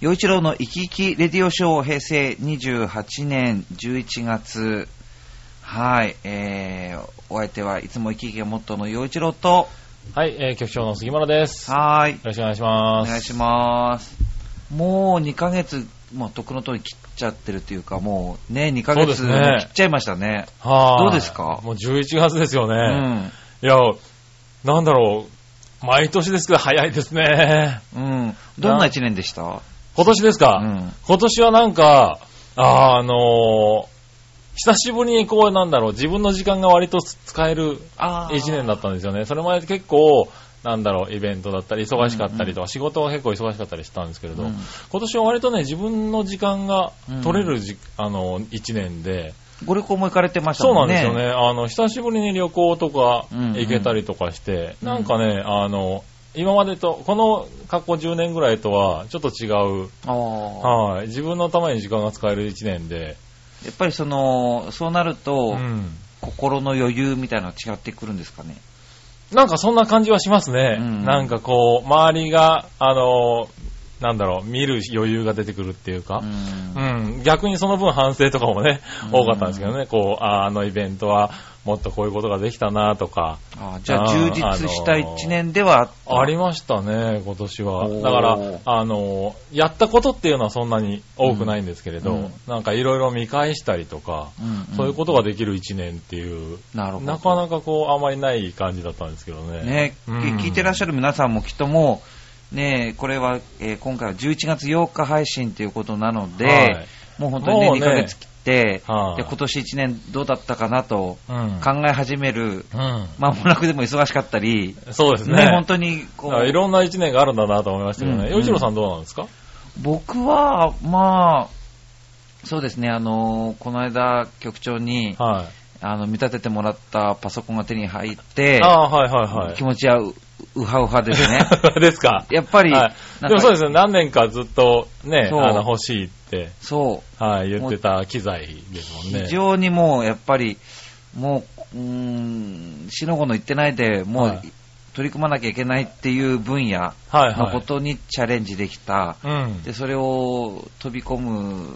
陽一郎の生き生きレディオショー平成28年11月、はい、えー、お相手はいつも生き生きがモットーの陽一郎と、はい、えー局長の杉村です。よはーい、ろしくお願いしおます。願いします。もう2ヶ月、まあ、徳の通り切っちゃってるというか、もうね、2ヶそうで月す切ねっちゃいましたね。はーどいうですかもう11月ですようね。ん。いや、なんだろう。毎年ですけど早いで すね。うん。どんな1年でした今年ですか、うん。今年はなんか、あーあのー久しぶりにこうなんだろう、自分の時間が割と使えるあ1年だったんですよね。それまで結構、なんだろう、イベントだったり、忙しかったりとか、仕事が結構忙しかったりしたんですけれど、うん今年は割とね、自分の時間が取れるじ、あの、1年で、ご旅行も行かれてましたそうなもんんね。ですよね。あの、久しぶりに旅行とかうんうん行けたりとかして、うんなんかね、あの、今までと、この過去10年ぐらいとはちょっと違う、ああ。はい、自分のために時間が使える1年で、やっぱりその、そうなると、うん心の余裕みたいなのが違ってくるんですかね。なんかそんな感じはしますね。うんなんかこう、周りが、あの、なんだろう、見る余裕が出てくるっていうか、うんうん、逆にその分反省とかもね、うん多かったんですけどね、こう、ああのイベントはもっとこういうことができたなとか、あじゃあ、充実した1年ではあった。ありましたね、今年は。おーだから、あの、やったことっていうのはそんなに多くないんですけれど、うんなんかいろいろ見返したりとか、うんうんそういうことができる一年っていう、なるほど。なかなかこう、あまりない感じだったんですけどね。ね、うん聞いてらっしゃる皆さんもきっともう、ね、これは、えー今回は11月8日配信ということなので、はいもう本当にね、もう2ねヶ月切って、はいで今年1年どうだったかなとうん考え始める、うんまもなくでも忙しかったり、そうですねね。本当にこうだからいろんな一年があるんだなと思いましたけどうんね。洋一郎さんどうなんですか僕は、まあ、そうですね、あのこの間、局長に、はあの見立ててもらったパソコンが手に入っい。て、ああ、はいはいはい。気持ちはううはうはです ね。ですか。やっぱり、はいなでんかもそうですね、何年かずっとね、そうあの欲しいって、そうはい、言ってた機材ですもんね。非常にもうやっぱり、もう、うーん、しのごの言ってないで、もう、はい取り組まなきゃいけないっていう分野はいのはこい。とにチャレンジできた、うんでそれを飛び込む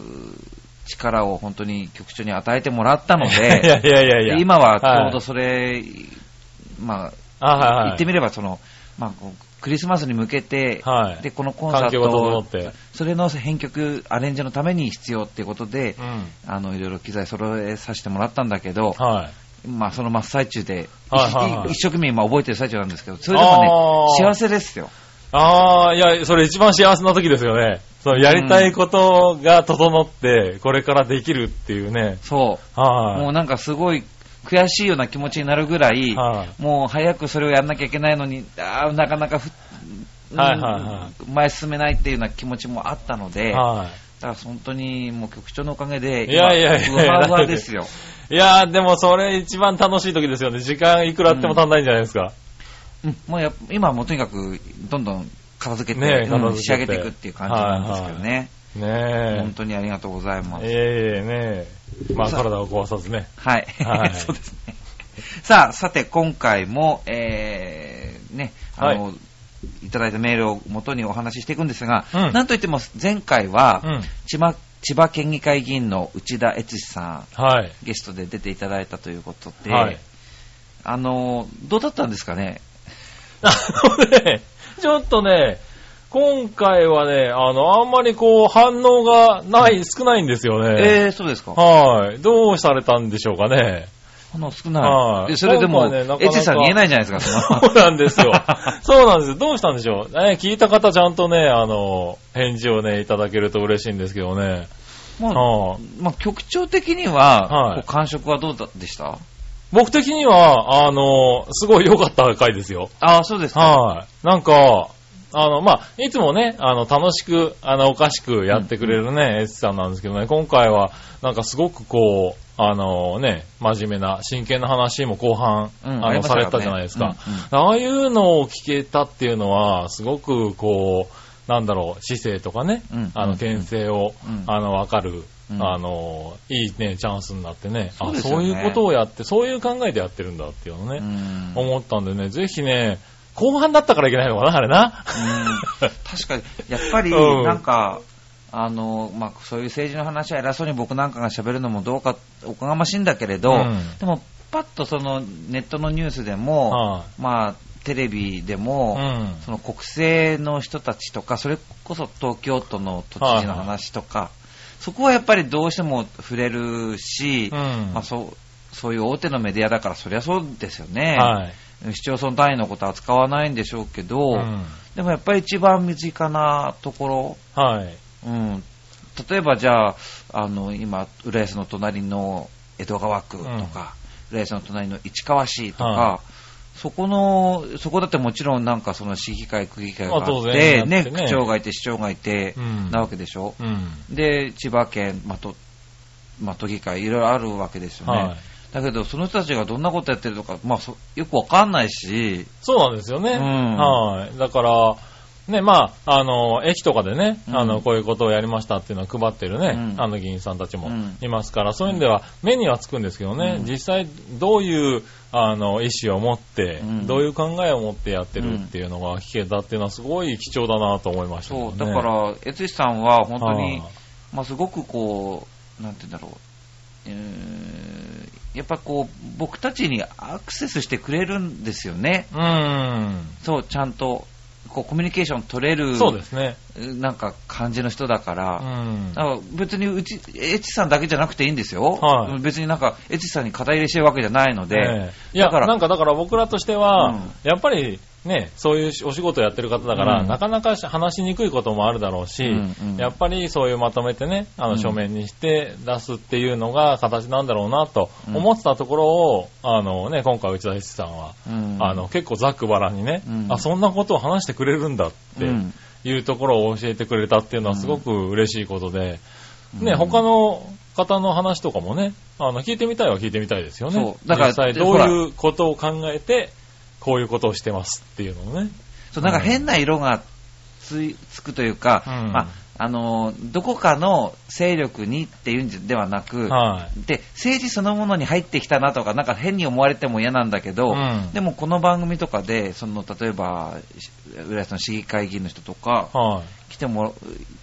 力を本当に局長に与えてもらったの いやで、いやいやいや。で今はちょうどいそれ、まあはいあ、はい言ってみればその、まあ、こうクリスマスに向けて、はいでこのコンサ環ー境がト整をって。それの編曲、アレンジのために必要っていうことで、うん。あのいろいろ機材揃えさせてもらったんだけど、はい。まあ、その真っ最中で、はいはいはい一一生懸命今覚えてる最中なんですけど、それでもね、あー幸せですよ。ああ、いや、それ一番幸せな時ですよね。そう、やりたいことが整って、これからできるっていうね。そう。はい。もうなんかすごい悔しいような気持ちになるぐらい、はいもう早くそれをやんなきゃいけないのに、あーなかなかふ、うんはいはいは前進めないっていうような気持ちもあったので、だはから本当にもう局長のおかげで、いやいやいや今うわうわですよ。い。いやー、でもそれ一番楽しい時ですよね。時間いくらあっても足んないんじゃないですか。うんもうやっ今はもうとにかく、どんどん片付けて、ねえうん片付けて仕上げていくっていう感じなんですけどね。ね本当にありがとうございます。え。いえいえねえ。まあさあ体を壊さずね。はい。はい そうですね。さあ、さて、今回も、えー、ね、あの、い、ただいたメールを元にお話ししていくんですが、うんなんといっても前回うは、ん。千葉、千葉県議会議員の内田悦司さん、はい。ゲストで出ていただいたということで、はいあの、どうだったんですかねあのね、ちょっとね、今回はね、あの、あんまりこう、反応がない、少ないんですよね。えー、そうですかはい。どうされたんでしょうか ね。あの、少はないい。でそれでも、今回ねなかなか悦司さんに言えないじゃないですか、そのそうなんですよ。そうなんですよ。どうしたんでしょう。ね、聞いた方ちゃんとね、あの、返事をね、いただけると嬉しいんですけどね。 もうはいまあ、局長的にはは、いこう感触はどうだでした僕的には、あの、すごい良かった回ですよ。ああ、そうですか。はい。なんか、あの、まあ、いつもね、あの、楽しく、あの、おかしくやってくれるね、エッツさんなんですけどね、今回は、なんかすごくこう、あのね、真面目な、真剣な話も後半、うんあありましたの、さからねれたじゃないですか、うああいうのを聞けたっていうのは、すごくこう、なんだろう、姿勢とかね、うんあの、牽制を、うんあの、わかる、うんあの、いいね、チャンスになってね、そうあ、ですそようねいうことをやって、そういう考えでやってるんだっていうのね、うん思ったんでね、ぜひね、後半だったからいけないのかな、あれな。うん確かに、やっぱり、うんなんか、あの、まあ、そういう政治の話は偉そうに僕なんかが喋るのもどうか、おこがましいんだけれど、うんでも、パッとそのネットのニュースでも、はまあ、テレビでも、うんその国政の人たちとか、それこそ東京都の都知事の話とか、そこはやっぱりどうしても触れるし、うんまあ、そうそういう大手のメディアだから、そりゃそうですよね、はい。市町村単位のことは扱わないんでしょうけど、うんでもやっぱり一番身近なとこはい。ろ、うん、例えばじゃあ、あの今、浦安の隣の江戸川区とか、浦安の隣の市川市とか、はそこの、そこだってもちろんなんかその市議会、区議会があまあっ当て、然ねだってね区長がいて市長がいて、うんなわけでしょ。うん。で、千葉県、まあと、まあ都議会、いろいろあるわけですよね。はい。だけど、その人たちがどんなことやってるのか、まあ、そよくわかんないし、そうなんですよね。うんはい。だから、ね、まあ、あの、駅とかでね、うんあの、こういうことをやりましたっていうのを配ってるね、うんあの議員さんたちもうんいますから、そういう意味では目にはつくんですけどね、うん実際どういう、あの、意思を持って、うんどういう考えを持ってやってるっていうのが聞けたっていうのはすごい貴重だなと思いましたけどそう、ね。だから、えつしさんは本当にはい、まあ、すごくこう、なんて言うんだろう、うーんやっぱこう、僕たちにアクセスしてくれるんですよね。そう、ちゃんと、こう、コミュニケーション取れうる、ん。そうですね。なんか感じの人だかうら、ん。だから別にうち、エチさんだけじゃなくていいんですよ。はい別になんか、エチさんに肩入れしてるわけじゃないので、ええいや、だからなんかだから僕らとしては、うんやっぱりね、そういうお仕事やってる方だから、うんなかなか話しにくいこともあるだろうし、うんうんやっぱりそういうまとめてね、あうのん書面にして出すっていうのが形なんだろうなとうん思ってたところを、あのね、今回内田一さんは、うんあの、結構ざっくばらんにね、うんあ、そんなことを話してくれるんだってうんいうところを教えてくれたっていうのはすごく嬉しいことで、ね、うん他の方の話とかもね、あの、聞いてみたいは聞いてみたいですよね。そうだから実際でどほらういうことを考えて、こういうことをしてますっていうのをね。そうなんか変な色がついつくというか、うんまああのどこかの勢力にっていうんではなく、はい。で政治そのものに入ってきたなとか、なんか変に思われても嫌なんだけど、うんでもこの番組とかで、その例えば、し浦安の市議会議員の人とか、は来てもら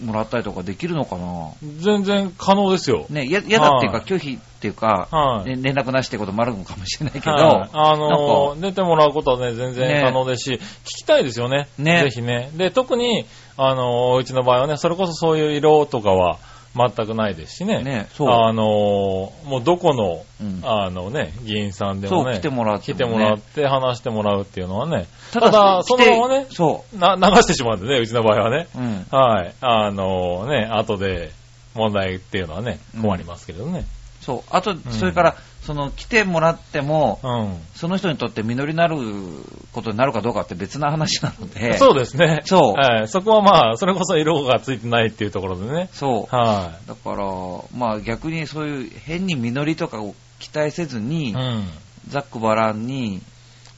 もらったりとかできるのかな、い。全然可能ですよ。ね、や嫌だっていうか、はい拒否っていうか、はいね連絡なしってこともあるのかもしれないけど、はいあのなんかー出てもらうことはね、全然ね可能ですし、聞きたいですよね。ねぜひね。で、特に、あのーうちの場合はね、それこそそういう色とかは全くないですしね。ねそうあのーもうどこの、うんあのね、議員さんでもそね。う来てもらって来もねてもらって話してもらうっていうのはね。た来だ、そてのままね、そな流してしまうんでね、うちの場合はね。う、うん、はい。あのーね、後で問題っていうのはねう、ん困りますけどね。そう、あと、それから、その来てもらっても、うん。その人にとって実りなることになるかどうかって別な話なので、 そううですね。そうはい。そこはまあ、それこそ色がついてないっていうところでね。そうはだから、まあ、逆にそういう変に実りとかを期待せずい。うに、ん。ざっくばらんに、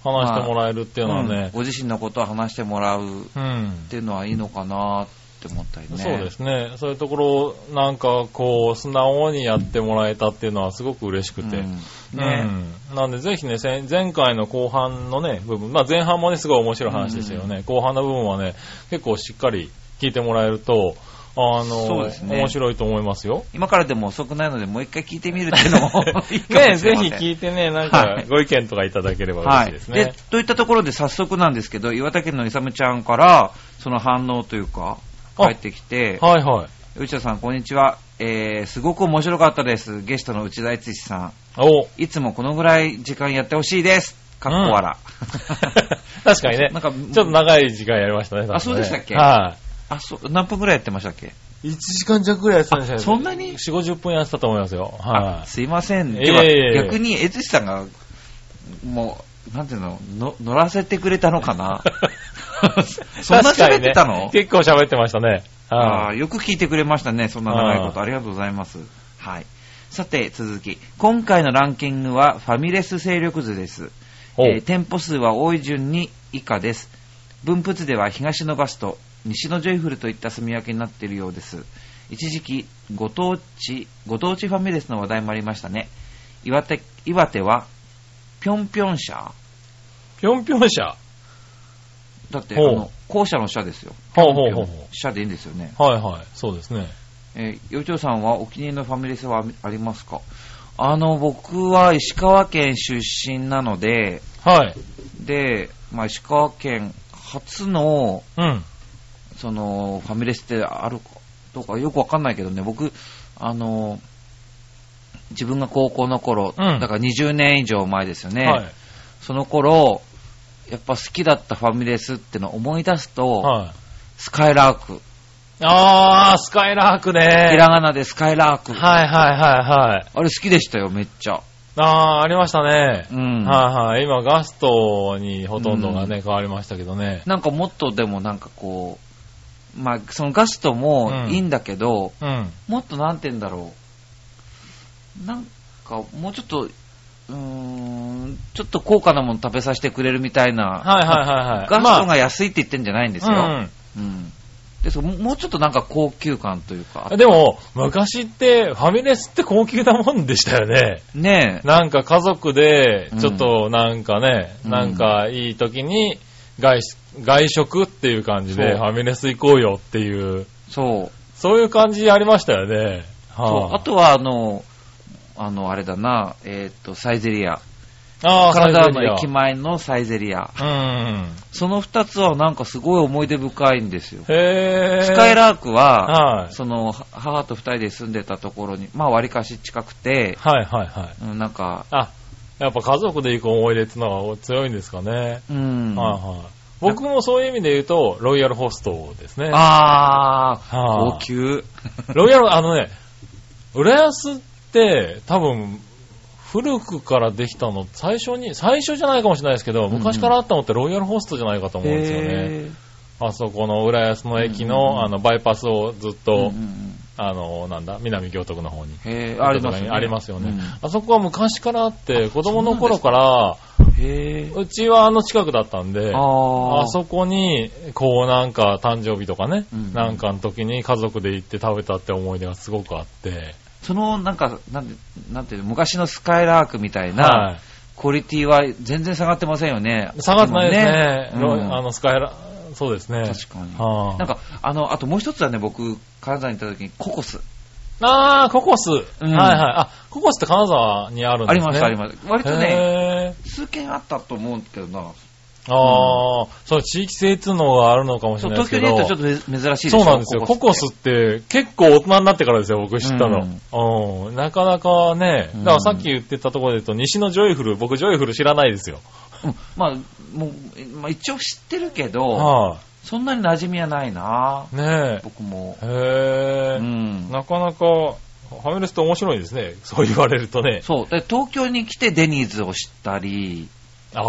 話してもらえるっていうのはうんね。ご自身のことを話してもらうっうん。ていうのはいいのかなって思ったりね。そうですね。そういうところを、なんか、こう、素直にやってもらえたっていうのはすごく嬉しくて。うんね、うんなんで、ぜひね、せん前回の後半のね、部分、まあ前半もね、すごい面白い話でしたよね。後半の部分はね、結構しっかり聞いてもらえると、あそうの、ですね面白いと思いますよ。今からでも遅くないので、もう一回聞いてみるっていうの もいいかもしれませんね、ぜひ聞いてね、なんはかいご意見とかいただければ嬉はしいい。ですね。で、といったところで早速なんですけど、岩手県のイサムちゃんから、その反応というか、あ帰ってきて、はいはい。内田さん、こんにちは。えー、すごく面白かったです。ゲストの内田悦司さ おん。いつもこのぐらい時間やってほしいです。かっこ笑。確かにね。なんかちょっと長い時間やりましたね。多分ねあそうでしたっけはあ、そう、何分ぐらいやってましたっけい。1時間弱ぐらいやってたんじゃないですかそんなに ?4、50分やってたと思いますよ。あはすいません。いえいでえは、いえ逆に悦司さんが、もう、なんていうの、の乗らせてくれたのかない。そんな喋ってた確かのにね結構喋ってましたね。あはあい。よく聞いてくれましたね、そんな長いこと。あーありがとうございます。はい。さて、続き。今回のランキングはファミレス勢力図です。おうえー店舗数は多い順に以下です。分布図では東のバスと西のジョイフルといった住み分けになっているようです。一時期、ご当地、ご当地ファミレスの話題もありましたね。岩手、岩手は、ぴょんぴょん社ぴょんぴょん社。だって、あほうの、校舎の社ですよ。ほうほうほうほ社でいいんですよね。う。はいはい。そうですね。えー、よちょうさんはお気に入りのファミレスはありますかあの、僕は石川県出身なので、はい。で、まあ、石川県初の、うん。その、ファミレスってあるかどうかよくわかんないけどね、僕、あの、自分が高校の頃、うんだから20年以上前ですよね、はい。その頃、やっぱ好きだったファミレスってのを思い出すと、はい。スカイラーク。あー、スカイラークひね。らがなでスカイラーク。はいはいはいはい。あれ好きでしたよ、めっちゃ。あー、ありましたねう。ん。はいはい。今、ガストにほとんどがね、変わりましたけどね。なんかもっとでもなんかこう、まあ、そのガストもいいんだけど、うん。もっとなんて言うんだろう。なんか、もうちょっと、うーん、ちょっと高価なもの食べさせてくれるみたいな。はいはいはいはガい。ストまあが安いって言ってんじゃないんですよ。うん、ですからももうちょっとなんか高級感というかう。ん。でも、昔って、ファミレスって高級なもんでしたよね。ねえ。なんか家族で、ちょっとなんかね、うんなんかいい時に外し、外食っていう感じでそうファミレス行こうよっていう、そう。そういう感じありましたよね。そうはあとは、あの、あの、あれだな、えーっと、サイゼリア。ああ金沢サイゼリのヤ駅前のサイゼリア。うん。その二つはなんかすごい思い出深いんですよ。へえ。スカイラークは、はい。その、は母と二人で住んでたところに、まあ、割かし近くて、はいはいはい。うんなんか、あ、やっぱ家族で行く思い出ってのは強いんですかね。うん。はいはい。僕もそういう意味で言うと、ロイヤルホストですね。あー、はあ高級。ロイヤル、あのね、浦安って多分、古くからできたの、最初に、最初じゃないかもしれないですけど、んうん昔からあったのってロイヤルホストじゃないかと思うんですよね。へーあそこの浦安の駅うんうんうんの、あの、バイパスをずっとうんう、んあの、なんだ、南行徳の方に。うんへーありますよね。ありますよねうん。あそこは昔からあって、子供の頃から、へーうちはあの近くだったんで、あー。あそこに、こうなんか誕生日とかね、うんなんかの時に家族で行って食べたって思い出がすごくあって、その、なんか、なんて、なんていうの、昔のスカイラークみたいな、はクオリティは全然下がってませんよね。い。下がってないですね。今ロねうんあの、スカイラ、そうですね。確かに。はなんか、あの、あともう一つはね、僕、金沢に行った時にココス。あ、あー、ココス、うんはいはい。あ、ココスって金沢にあるんあでりすね。ます、ありまます。割とね、ね。数件あったと思うけどな。ああ、そう、地域性っていうのがあるのかもしそれう、ないです東京けど。に行ったらちょっとめ珍しいでしょそうなんですよ。ココスってって結構大人になってからですよ、僕知ったの。うん。なかなかね、うだんからさっき言ってたところで言うと、西のジョイフル、僕ジョイフル知らないですよ。うんまあ、もう、まあ一応知ってるけど、はそんなに馴染みはないな、い、ね僕も。え。へえ、うん。なかなか、ファミレスって面白いですね。そう言われるとね。そう。で東京に来てデニーズを知ったり、そ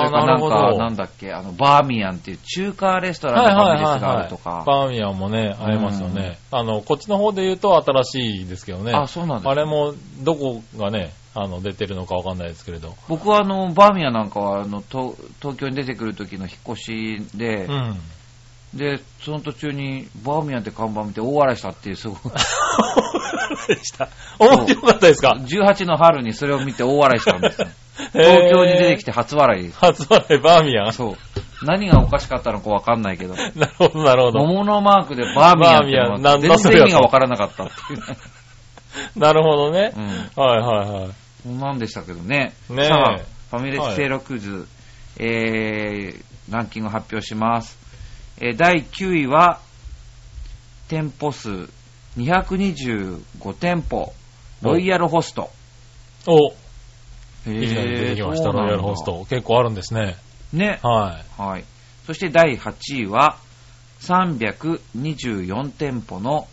あれあ、からななるんほかど。、なんだっけ、あの、バーミヤンっていう中華レストランのファミレスがあるとか。バーミヤンもね、ありますよね。あの、こっちの方で言うと新しいですけどね。あ、そうなんですあれも、どこがね、あの、出てるのかわかんないですけれど。僕はあの、バーミヤンなんかはあの東、東京に出てくる時の引っ越しでう、ん。で、その途中にバーミヤンって看板見て大笑いしたっていう、すごい、でした。 面白かったですか18の春にそれを見て大笑いしたん ですよ。東京に出てきてた。初笑いです。初笑いバーミヤン。 そう。何がおかしかったのかわかんないけど、なるほど、なるほど。桃のマークでバーミヤンってのがバーミヤンなんだ全そ然れ意は味がわからなかったっていうね、なるほどね。うんはいはいはい。そんなんでしたけどね。 ねえさあ、ファミレス勢力図、えー、ランキング発表します。えー、第9位は、店舗数225店舗、ロイヤルホスト。お、へいきなり出てきました、そうなロんイだヤルホスト。結構あるんですね。ね。ははい。そして第8位は、324店舗の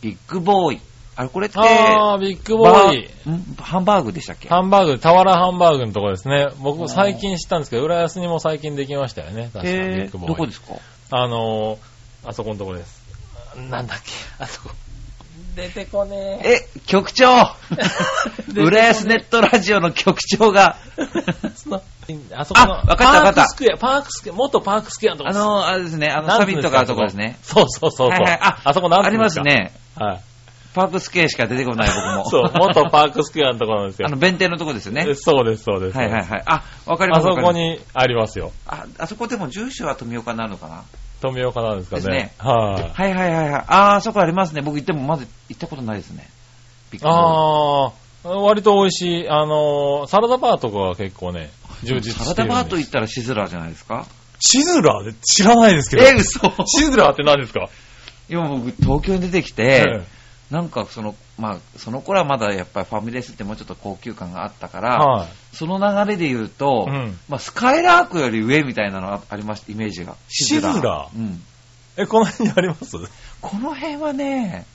ビッグボーイ。あれ、これっい。て、ああ、ビッグボーイ。バんハンバーグでしたっけハンバーグ、俵ハンバーグのとこですね。お僕ー最近知ったんですけど、浦安にも最近できましたよね。確かにビえッグボーーどイ。こですかあのー、あそこのとこです。なんだっけ、あそこ。出てこねえ。え、局 長で浦安ネットラジオの局長が、 そのあそこの、あわかったわかったパークスクエア、パークスクエア、元パークスクエアのとこあですの、あれですね、あの、サなんてビいうんッでトすかがあるところですね。そうそうそうそう。はいはいああそこなんてあいりうんでますかす。ね。はい。パークスケアしか出てこない僕も。 そう、元パークスクエアのところなんですよあ。の、弁天のとこですよね。そうです、そうです。はいはいはい。あ、わかりまあすそわかこります。にありますよ。あ、あそこでも住所は富岡になるのかな富岡なんですかですねね。はい。はいはいはいはい。あー、そこありますね。僕行ってもまだ行ったことないですね。びっくり。ああ、割と美味しい。あのーサラダバーとかが結構ね、充実サしラてダるんで。バーと言ったらシズラーじゃないですかシズラーで知らないですけど。え、 嘘シズラーって何ですか今僕、東京に出てきて、なんかその、まあ、その頃はまだやっぱりファミレスってもうちょっと高級感があったから、はい。その流れで言うと、うんまあ、スカイラークより上みたいなのがありました、イメージが。シズラーうん。え、この辺にありますこの辺はね、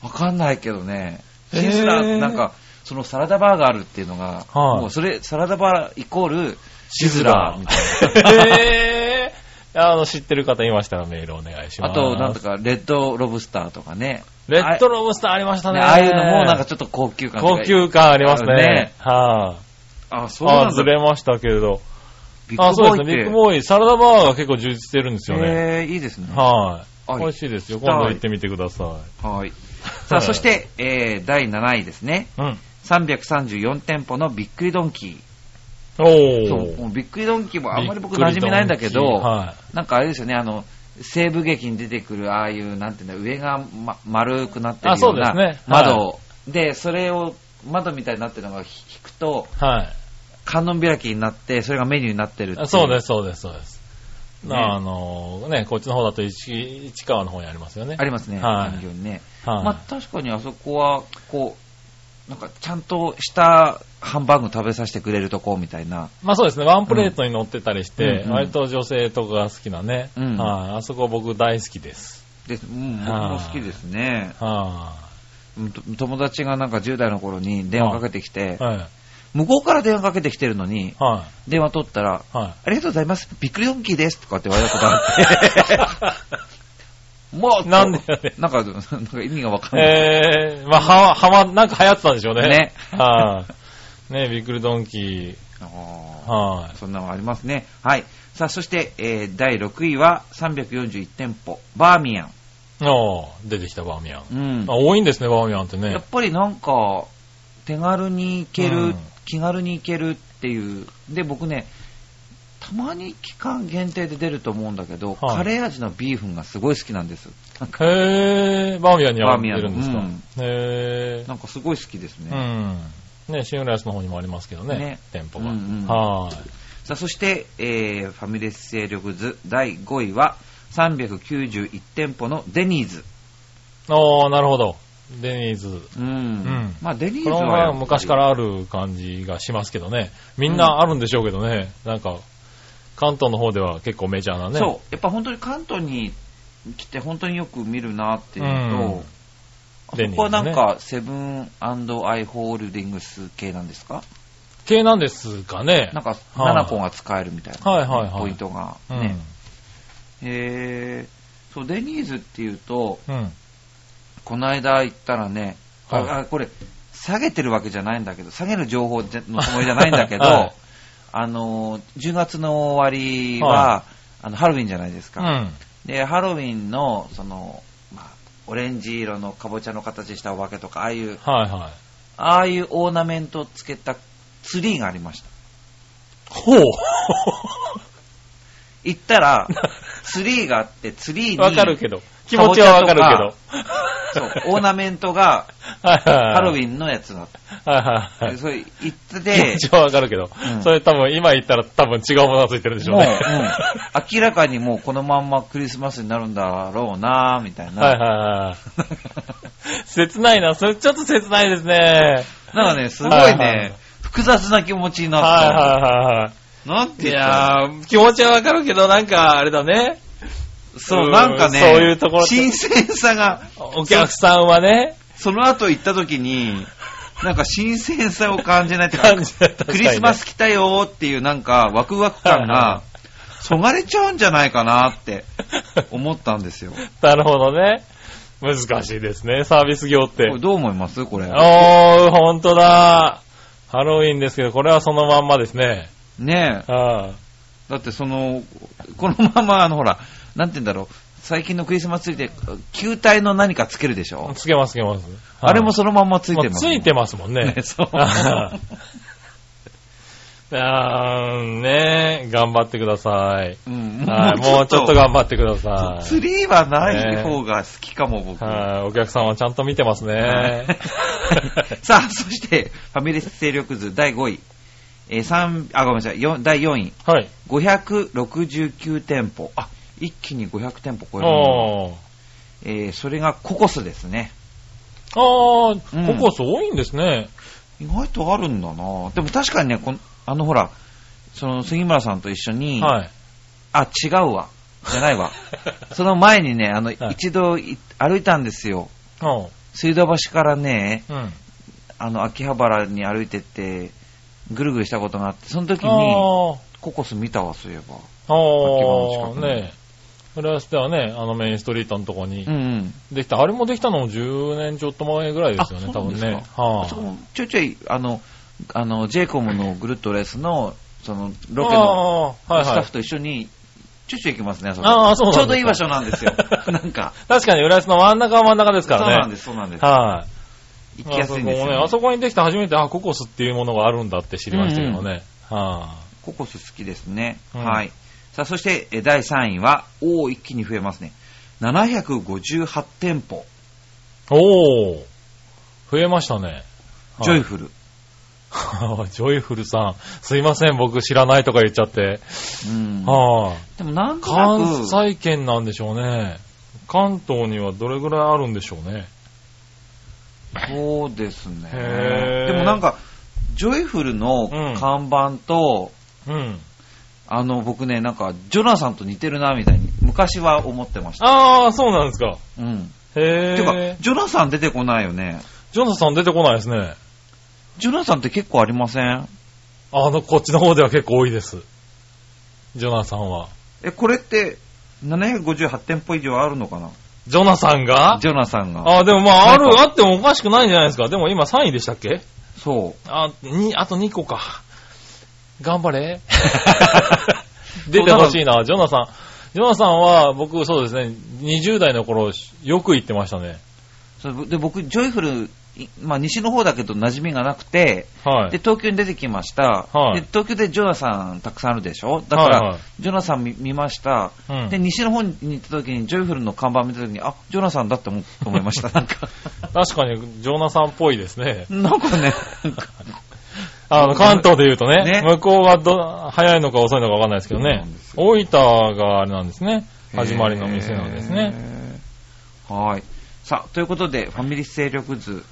わかんないけどね、へーシズラーってなんか、そのサラダバーがあるっていうのが、はいもうそれ、サラダバーイコール、シズラーみたいな。へぇー。あの、知ってる方いましたらメールお願いしま す。あと、なんとか、レッドロブスターとかね。レッドロブスターありましたあ,、ね。ね、ああいうのもなんかちょっと高級感とか高級感ありますあるねね。はい、あ、そうあなあ、んずだ。れましたけれど。ビッあグそうボでーすイっね。ビッてグ。ボーイ、サラダバーが結構充実してるんですよね。えー、いいですね。はい、はい美味しいですよ。行きたい今度行ってみてくださはい。さあ、そして、えー、第7位ですね。い。うん。 334店舗のびっくりドンキおー。ー。そう、もうびっくりドンキーもあんまり僕びっく馴ドンキ染みないんだけど、はなんかあれですよね、あの、西部劇に出てくるああいう、なんていうんだ、上が、ま、丸くなってるあそよううですねはいな窓で、それを窓みたいになってるのが引くと、い。はい。観音開きになって、それがメニューになってるってい。あそうですす、そうです、そうです。ねあの、ね、こっちの方だと市市川の方にありますよね。ありますね、はい産業にね。はいまあ確かにあそこは、こう、なんかちゃんとしたハンバーグ食べさせてくれるとこみたいな。まあそうですね、ワンプレートに乗ってたりして、うん割と女性とかが好きなね、うんはいあそこ僕大好きです。です。うん、僕も好きですね。はうんと友達がなんか10代の頃に電話かけてきてい、は向こうから電話かけてきてるのにい。、は電話取ったら、い。はありがとうございます。びっくりドンキーです。とかって言われたことあって。 もう、なんでよねなんか、なんか意味がわかい。んない。えー、まあ、は、はま、なんか流行ってたんでしょうね。ねはい。ね、ビックルドンキー。あはーそんなのありますね。はい。さあ、そして、えー第6位は341店舗、バーミヤン。い。おー出てきたバーミヤン。うんあ、。多いんですね、バーミヤンってやねっ。ぱりなんか、手軽に行ける、うん気軽に行けるっていう。で、僕ね、たまに期間限定で出ると思うんだけど、はいカレー味のビーフンがすごい好きなんです。なんか、へー、バーミヤンにあバーっミてヤンるんですか。うんへー。なんかすごい好きですね。うん。ね、新浦安の方にもありますけどね、ね店舗が。うんうんはさあ、そして、えーファミレス勢力図第5位は、391店舗のデニーズ。ーい。おー、なるほど。デニーズ。うん。んまあ、デニーズこれはやっぱはり昔からある感じがしますけどね。みんなあるんでしょうけどね。なんか、関東の方では結構メジャーなね。そう。やっぱ本当に関東に来て本当によく見るなっていうのと、うんあそこはなんか、セブンアイ・ホールディングス系なんですか系なんですかね。なんか、はい7個が使えるみたいな、はいはいはいポイントがうんね。へーそう、デニーズっていうと、うん。この間行ったらね、あはいあこれ、下げてるわけじゃないんだけど、下げる情報じゃのつもりじゃないんだけど、はいあの、10月の終わりは、はあのハロウィンじゃないですか。うん。で、ハロウィンの、その、まあ、オレンジ色のかぼちゃの形したお化けとか、ああいう、はいはい。ああいうオーナメントをつけたツリーがありました。ほう。行ったら、ツリーがあって、ツリーに、 わかるけど。気持ちはわかるけ そう、オーナメントが、ど。はいはいはい。ハロウン。ィンのやつだった。はいはいはいで。それ行って気て持、ちはわかるけどう。んそれ多分今言ったら多分違うものがついてるでしょもうう、うね。ん、明らかにもうこのまんまクリスマスになるんだろうなぁ、みたいな。 はいはいはい。切ないな。それちょっと切ないですね。なんかね、すごいね、はいはい複雑な気持ちになはいった。はいはいはい。なんてい言ったらやー、気持ちはわかるけど、なんか、あれだね。そうう、んなんかね、そういうところって新鮮さが、お客さんは ね、その後行った時に、なんか新鮮さを感じないっていうか感じだった、クリスマス来たよーっていうなんかワクワク感はが、そがれちゃうんじゃないかなって思ったんですよ。なるほどね。難しいですね、サービス業ってこれ。どう思いますこれ。おー、ほんとだ。ハロウィンですけど、これはそのまんまですね。ねえ。あーだってその、このまま、あの、ほら、なんて言うんだろう、最近のクリスマスツリーで、球体の何かつけるでしょ、つけます、つけます。あれもそのまんまついてます、まあついてますもんね。ね そう あ ーね頑張ってください。うんはい、もうちょっと頑張ってくださツい。リーはない方が好きかも、僕。はい、お客さんはちゃんと見てますね。 さあ、そして、ファミレス勢力図第5位。えー、三あ、ごめんなさい、よん第4位。 はい。 569店舗。あ、一気に500店舗超えるの。おー。えー、それがココスですね。あうんー、ココス多いんですね。意外とあるんだなでも確かにね、このあのほら、その杉村さんと一緒に、 はい。あ、違うわ。じゃないわ。 その前にね、あの、い一度い歩いたんですよ。おー水道橋からね、うん。あの、秋葉原に歩いてって、ぐるぐるしたことがあって、その時に、あー。ココス見たわ、そういえば。あ秋葉原の近あ、くにね浦安ではね、あのメインストリートのとこにうんうん。できた、あれもできたのも10年ちょっと前ぐらいですよねあ、多そうなん分ですかね。あはそこいもちょいちょい、あの、あの、j コムのぐるっとレースの、その、ロケのあーはいスタはッいフ。と一緒に、ちょいちょい行きますね、あそこ。あーそうなちんですかょうどいい場所なん ですよ。なんか。確かに浦安の真ん中は真ん中ですそかうなんらでね。す、そうなんです。はい。行きやすいんですよ、あそこもね、あそこにできて初めて、あ、ココスっていうものがあるんだって知りましたけどね。はココス好きですね。うんはい。さあ、そして、え第3位は、おお、一気に増えますね。758店舗、い。おー。増えましたね。ジョイフフル。ル。 ジョイフルさん。すいません、僕知らないとか言っちゃって。うん。はい。でも、なんとな関く、西圏なんでしょうね。関東にはどれぐらいあるんでしょうね。そうですね。へーでもなんか、ジョイフルの看板と、うん。あの、僕ね、なんか、ジョナサンと似てるな、みたいに、昔は思ってました。ああ、そうなんですか。うん。へてかえ、。ジョナサン出てこないよね。ジョナさん出てこないですね。ジョナサンって結構ありませんあの、こっちの方では結構多いです。ジョナさんは。え、これって、758店舗以上あるのかなジョナさんがジョナサンが。ああ、でもまあ、あるなん、かあってもおかしくないんじゃないですか。でも今3位でしたっけそ。あ、に、あと2個か。頑張れ 出てほしいな、ジョナさん。ジョナさんは、僕、そうですね、20代の頃、よく行ってましたね。うそう。で、僕、ジョイフル、いまあ、西の方だけど馴染みがなくて、はい。で、東京に出てきました。はいで、東京でジョナサンたくさんあるでしょだから、はいはいジョナサン見見ました。うんで、西の方に行った時に、ジョイフルの看板見た時に、あ、ジョナサンだって思思いました。なんか、確かに、ジョナさんっぽいですね。なんかね、なんかあの、関東で言うとね、ね向こうがど、早いのか遅いのかわかんないですけどそうなねんです。よ大分があれなんですね。始まりの店なんですね。へー。はい。さあ、ということで、ファミリス勢力図、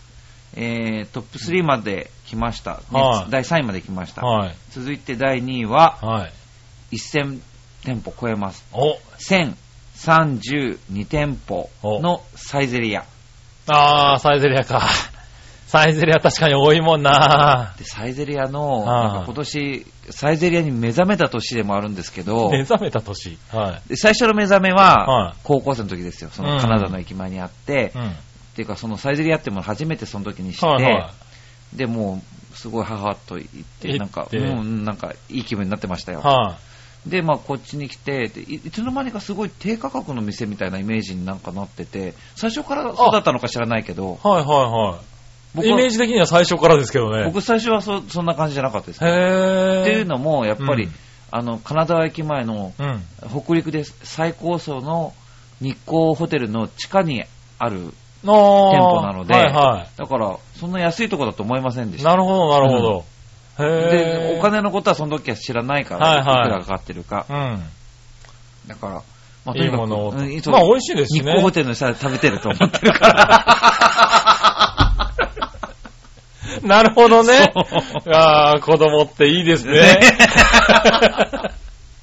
えー、トップ3まで来ました。ねはい第3位まで来ました。はい。続いて第2位は、はい。 1000店舗超えます。お、 1032店舗のサイゼリア。あー、サイゼリアか。サイゼリア確かに多いもんなで、サイゼリアの、あなあんか今年、サイゼリアに目覚めた年でもあるんですけど、目覚めた年。はで最初の目覚めは、はい高校生の時ですよ。そのカナダの駅前にあって、い。うん。っていうかそのサイゼリアってものを初めてその時にして、はいはい。で、もう、すごい母と行って、なんか行っ、うてん、うんなんか、いい気分になってましたよ。はで、まあ、こっちに来て、でいいつの間にかすごい低価格の店みたいなイメージになんかなってて、最初からそうだったのか知らないけどい。、はいはいはい。僕イメーは、ジ的には最初からですけどね。僕最初はそそんな感じじゃなかったですへ。ー。っていうのも、やっぱり、うんあの、金沢駅前の、うん。北陸で最高層の日光ホテルの地下にある、の店舗なのではいはだから、そんな安いとこだと思いませんでい。した。なるほど、なるほど。へー。で、お金のことはその時は知らないから、はいいはいくらかかってるか。うん。だから、まいいものを。とまにかくうんそうあ、美味しいです日しね。光ホテルの下で食べてると思ってるから。なるほど ねそ。 ああ、子供っていいです ね。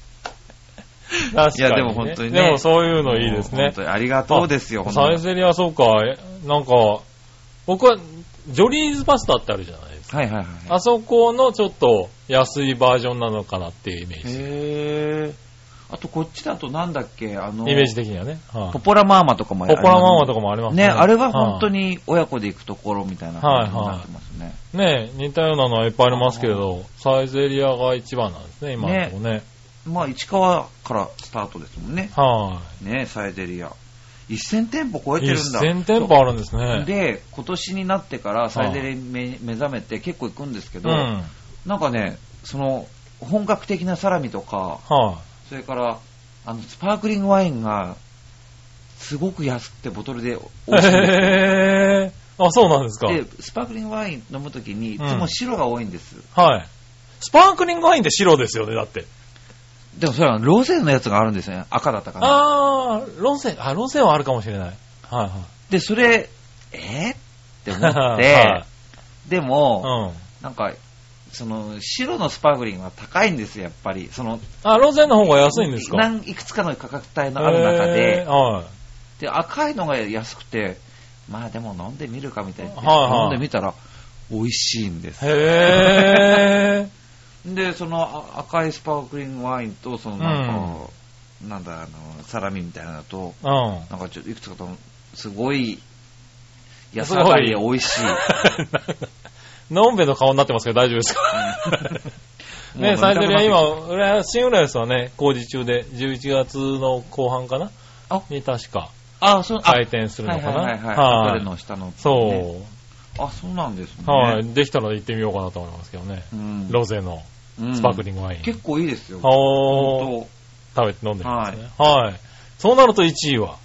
確かに、ね。いやでも本当にねでもそういうのいいですもうね 本。当にありがとうですよ、サイに。ゼリア、そうか。えなんか、僕は、ジョリーズパスタってあるじゃないですか。はいはいはい。あそこのちょっと安いバージョンなのかなっていうイメージ。へーあとこっちだとなんだっけ、あの、イメージ的にはね。はいポポラマーマとかもポポラママとかかもありますね。あれは本当に。に親子で行くところみたいな感じになってますね。ね似たようなのはいっぱいありますけれど、サイゼリアが一番なんですね、今のとこね。まあ、市川からスタートですもんね。はね、サイゼリア。1000店舗超えい。てるんだ。 1000店舗あるんですね。で、今年になってからサイゼリアに目目覚めて結構行くんですけうど、ん。はい、なんかね、その、本格的なサラミとか、それから、あの、スパークリングワインが、すごく安くてボトルで美味しい んですよへぇー。あ、そうなんですか。で、スパークリングワイン飲むときに、いつも白が多いんです。はい。スパークリングワインって白ですよね、だって。でもそれはローゼのやつがあるんですよね。赤だったかな。あー、論戦、あ、論戦はあるかもしれない。はいはい。で、それ、えー、って思っ はて、でも、うん。なんか、その、白のスパークリングは高いんですよ、やっぱり。その、あ、ロゼンの方が安いんですか何いくつかの価格帯のある中へでー、はい。で、赤いのが安くて、まあでも飲んでみるかみたいな、はいはい飲んでみたら、美味しいんです。へぇー。で、そのあ赤いスパークリングワインと、そのなんか、なんだ、あの、サラミみたいなのと、うん。なんかちょっといくつかとも、すごい、安上がりで美味しい。のんべの顔になってますけど大丈夫ですかもう飲ね、みサイたくなゼってきリたア今、浦安新浦安はね、工事中で、11月の後半かなあに確かあ、そう、あ、開店するのかなはいはいはい、はい。ホテルはいの下の。ね。そあ、そうなんですね。う。はい。できたら行ってみようかなと思いますけどね。うん。ロゼのうんスパークリングワイン。結構いいですよ。おー本食べて飲んでみますね。はい。そうなると1位は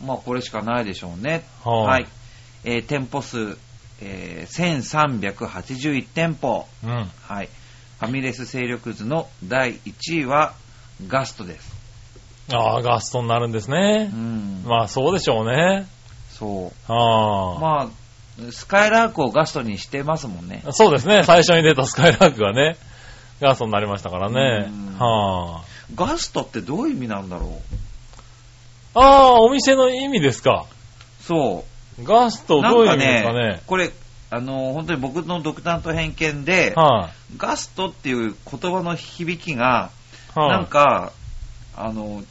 当まあこれしかないでしょうね。は。。はいえー店舗数、えー1381店舗。うん。はい。ファミレス勢力図の第1位はガストです。ああ、ガストになるんですうね。ん。まあ、そうでしょうね。そう。ああ。まあ、スカイラークをガストにしてますもんね。そうですね。最初に出たスカイラークがね、ガストになりましたからねうん。はガストってどういう意味なんだろうあ。ああ、お店の意味ですか。そガスう。トなどうんいう意か味でね、すかね。これ、あの、本当に僕の独断と偏見で、はい、ガストっていう言葉の響きが、はい、なんか、あの、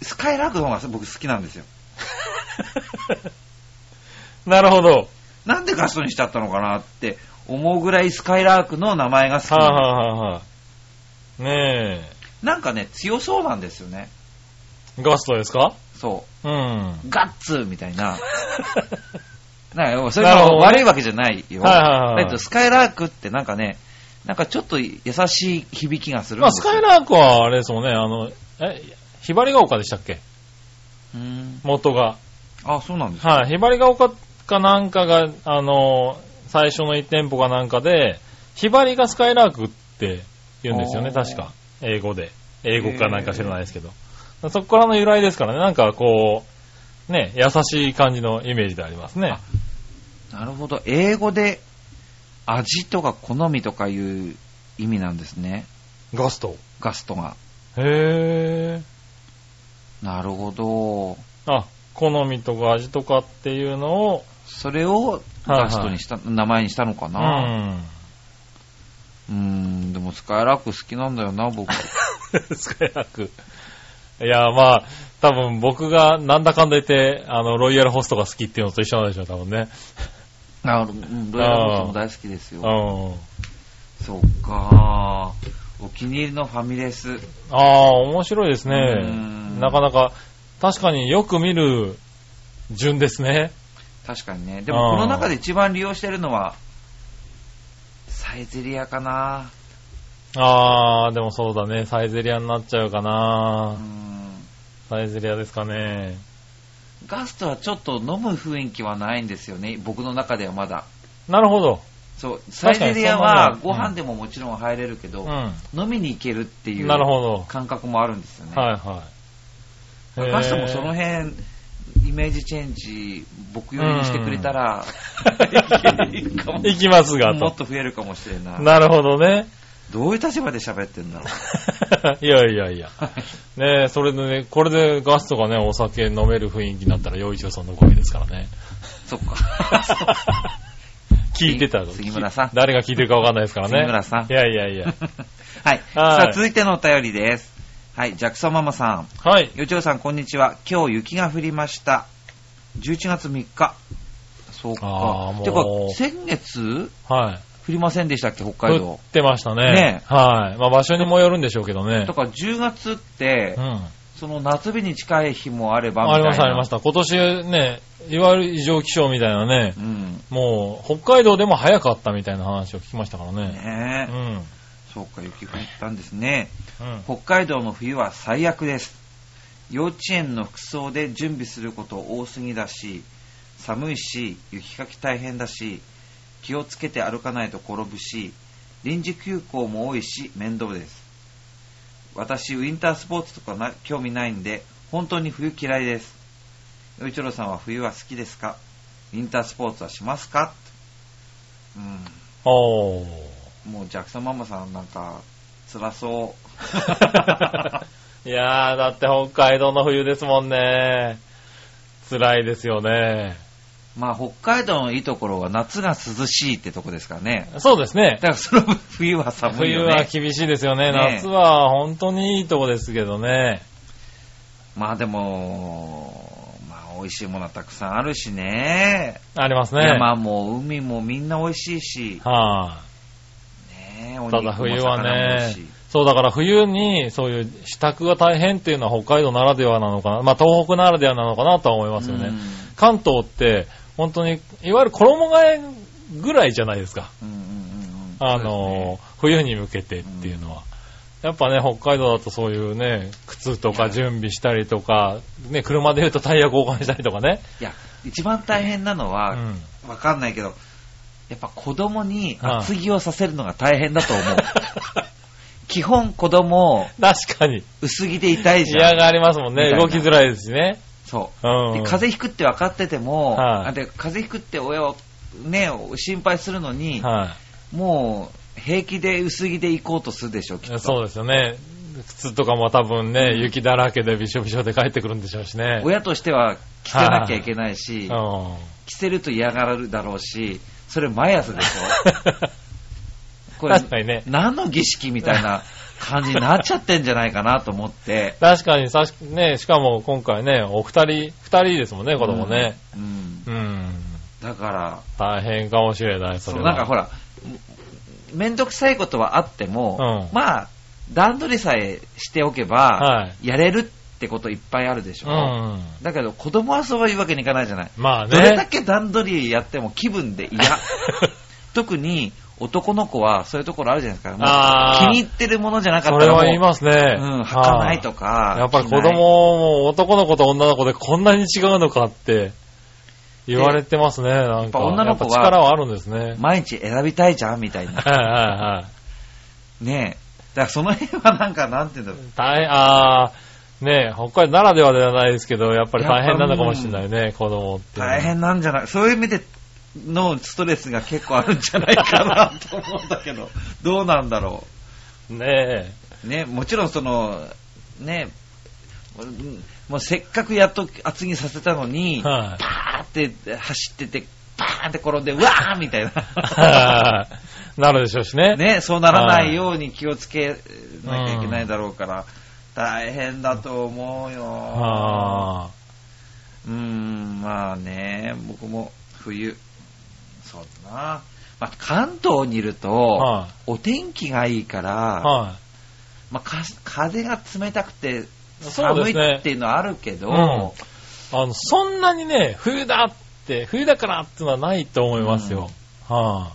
スカイラークの方が僕好きなんですよ。 なるほど。はい、なんでガストにしちゃったのかなって思うぐらいスカイラークの名前が好きなんではいはいはい。ねす。なんかね、強そうなんですよね。え。ガストですかそ うん。う。ガッツみたいな。なんかそれなるほどもね悪いわけじゃないよ。はいはいはだいけどスカイラークってなんかね、なんかちょっと優しい響きがするんまあ、ですスよ。カイラークはあれですもんね、あの、え、ひばりが丘でしたっけうーん。元が。あ、そうなんですか。はい、ひばりが丘かなんかが、あの、最初の1店舗かなんかで、ひばりがスカイラークって言うんですよね、あー確か。英語で。英語かなんか知らないですけど。そこからの由来ですからね、なんかこう、ね、優しい感じのイメージでありますね。なるほど。英語で味とか好みとかいう意味なんですね。ガスト。ガストが。へー。なるほど。あ、好みとか味とかっていうのを、それをガストにした、名前にしたのかうな。ん。うーん、でもスカイラーク好きなんだよな、 僕。スカイラーク。いや、まあ、多分僕がなんだかんだ言って、あの、ロイヤルホストが好きっていうのと一緒なんでしょう、多分ね。あうんロイヤルホストも大好きですよ。うん。そっかお気に入りのファミレス。ああ、面白いですうねん。なかなか、確かによく見る順ですね。確かにね。であもーこの中で一番利用してるのは、サイゼリアかなああ、でもそうだね。サイゼリアになっちゃうかうーな。ん。サイゼリアですかね。ガストはちょっと飲む雰囲気はないんですよね。僕の中ではまだ。なるほど。そう、サイ確かにゼリアそはんなごもん飯でももちろん入れるけうど、ん。飲みに行けるっていうなるほど。感覚もあるんですよね。はいはい。へーガストもその辺、イメージチェンジ、僕よりにしてくれたら、いいかも行きますが、もっとと。増えるかもしれない。なるほどね。どういう立場で喋ってんだろう。 いやいやいや。ねえ、それでね、これでガスとかね、お酒飲める雰囲気になったら、洋一郎さんの声ですから ね。そっ か。聞いてた杉村さん誰が聞いてるかわかんないですからね。杉村さんいやいやいや。はい。さあ、続いてのお便りです。はい、ジャクソンママさん。はい。よちおさん、こんにちは。今日雪が降りました。11月3日。そうあかー。もうてか、先月はい。降りませんでしたっけ、北海降道。ってましたね。ねはい。まあ場所にもよるんでしょうけどねだ。から10月って、うん。その夏日に近い日もあればみあたいりな。ました、ありました。今年ね、いわゆる異常気象みたいなね、うん。もう北海道でも早かったみたいな話を聞きましたからね。ねうえ、ん。そうか、雪降ったんですね。うん。北海道の冬は最悪です。幼稚園の服装で準備すること多すぎだし、寒いし、雪かき大変だし、気をつけて歩かないと転ぶし、臨時休校も多いし、面倒です。私、ウィンタースポーツとかな興味ないんで、本当に冬嫌いです。与一郎さんは冬は好きですかウィンタースポーツはしますかうおー。ん、もうジャクソンママさんなんか、辛そう。いやー、だって北海道の冬ですもんね。辛いですよね。まあ、北海道のいいところは夏が涼しいってとこですからね。そうですねだ。からその分冬は寒い冬よはね。厳しいですよね。ね夏は本当にいいとこですけどね。まあでも、まあ美味しいものはたくさんあるしね。ありますね。山も海もみんな美味しいし、はい、ね、おた肉だも冬魚はも美味ねしい。、そうだから冬にそういう支度が大変っていうのは北海道ならではなのかな、まあ東北ならではなのかなとは思いますよね。うん関東って本当に、いわゆる衣替えぐらいじゃないですか。うんうんうんうんあの、そう冬に向けてっていうのは。やっぱね、北海道だとそういうね、靴とか準備したりとか、ね、車で言うとタイヤ交換したりとかね。ですねいや、一番大変なのうは、ん。わかんないけど、やっぱ子供に厚着をさせるのが大変だと思う。基本子供、 確かに。薄着でいたいじゃん。嫌がありますもんみね。たいな動きづらいですしね。そう。うん。で風邪ひくって分かってても、はいあで風邪ひくって親を、ね、心配するのに、はい、もう平気で薄着で行こうとするでしょ、きっと。そうですよね。靴とかも多分ね、雪だらけでびしょびしょで帰ってくるんでしょうしね。親としては着せなきゃいけないし、うん。着せると嫌がるだろうし、それ毎朝でし ょ これ確かにね何の儀式みたいな感じになっちゃってんじゃないかなと思 って。確かにさし、ね、しかも今回ね、お二人、二人ですもんね、子供ね。うん。うんうん。だから、大変かもしれない、そそれうは。なんかほら、めんどくさいことはあっても、うんまあ、段取りさえしておけはば、やれるってこといっぱいあるでしょ。うん。だけど、子供はそういうわけにいかないじゃない。まあどれだね。け段取りやっても気分 で嫌。特に男の子はそういうところあるじゃないですか。もうあー気に入ってるものじゃなか そったれらもうは言いますね。うん、履かないとかは。いやっぱり子着ない供も男の子と女の子でこんなに違うのかって言われてますね、なんか。やっぱ女の子はやっぱ力はあるんですね。毎日選びたいじゃんみたいな。はいはいはい。ねえ。だからその辺はなんか、なんていうんだろう。大変、あー、ねえ北海道ならではではないですけど、やっぱり大変なのかもしれないね、子供って。大。変なんじゃないそういう意味でのストレスが結構あるんじゃないかなと思うんだけど、どうなんだろねう。ね、もちろんその、ね、うんもうせっかくやっと厚着させたのえ。に、はパーって走ってて、パーンって転んで、うわーみたい な。い。なるでしょうしね。ね、そうならないように気をつけなきゃいけないだろうから、大変だと思うよ。あうーん、まあね、僕も冬、そうだな。まあ、関東にいると、ーはお天気がいいから、い。はまあ、か風が冷たくてそうで寒すねいっていうのはあるけど、うい。あの、そんなにね、冬だって、冬だからってのはないと思いますよ。は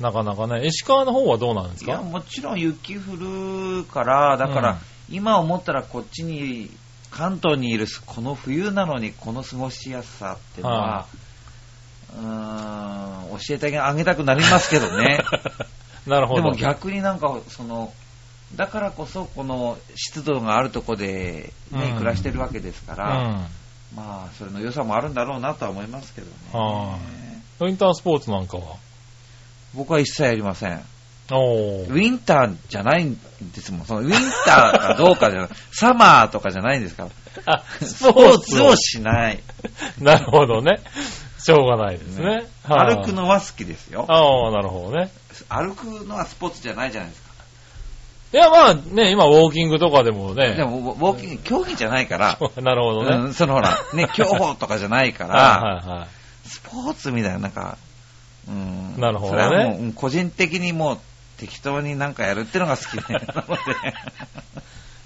い。なかなかね、石川の方はどうなんですいや、かもちろん雪降るから、だから、うん今思ったらこっちに、関東にいるこの冬なのにこの過ごしやすさっていうのはは、うーん、教えてあげたくなりますけど ね。なるほでど。も逆になんかそのだからこそこの湿度があるとこで、ねうん暮らしてるわけですかうら、ん。まあそれの良さもあるんだろうなとは思いますけどね、はウィンタースポーツなんかは。僕は一切やりませんウおー。ィンターじゃないんですもんそのウィンターかどうかじゃない サマーとかじゃないんですからあ、スポーツをしない、なるほどね。しょうがないですね。はい歩く。のは好きですよああ、なるほどね。歩くのはスポーツじゃないじゃないですかいや、まあね、今、ウォーキングとかでもね。でもウォウォーキング競技じゃないから、 なるほどね。うんそのほらね競歩とかじゃないからはいはいはい。スポーツみたいな、なんか、うんなるほどねそれはもううん個人的にもう適当になんかやるってのが 好きでなので、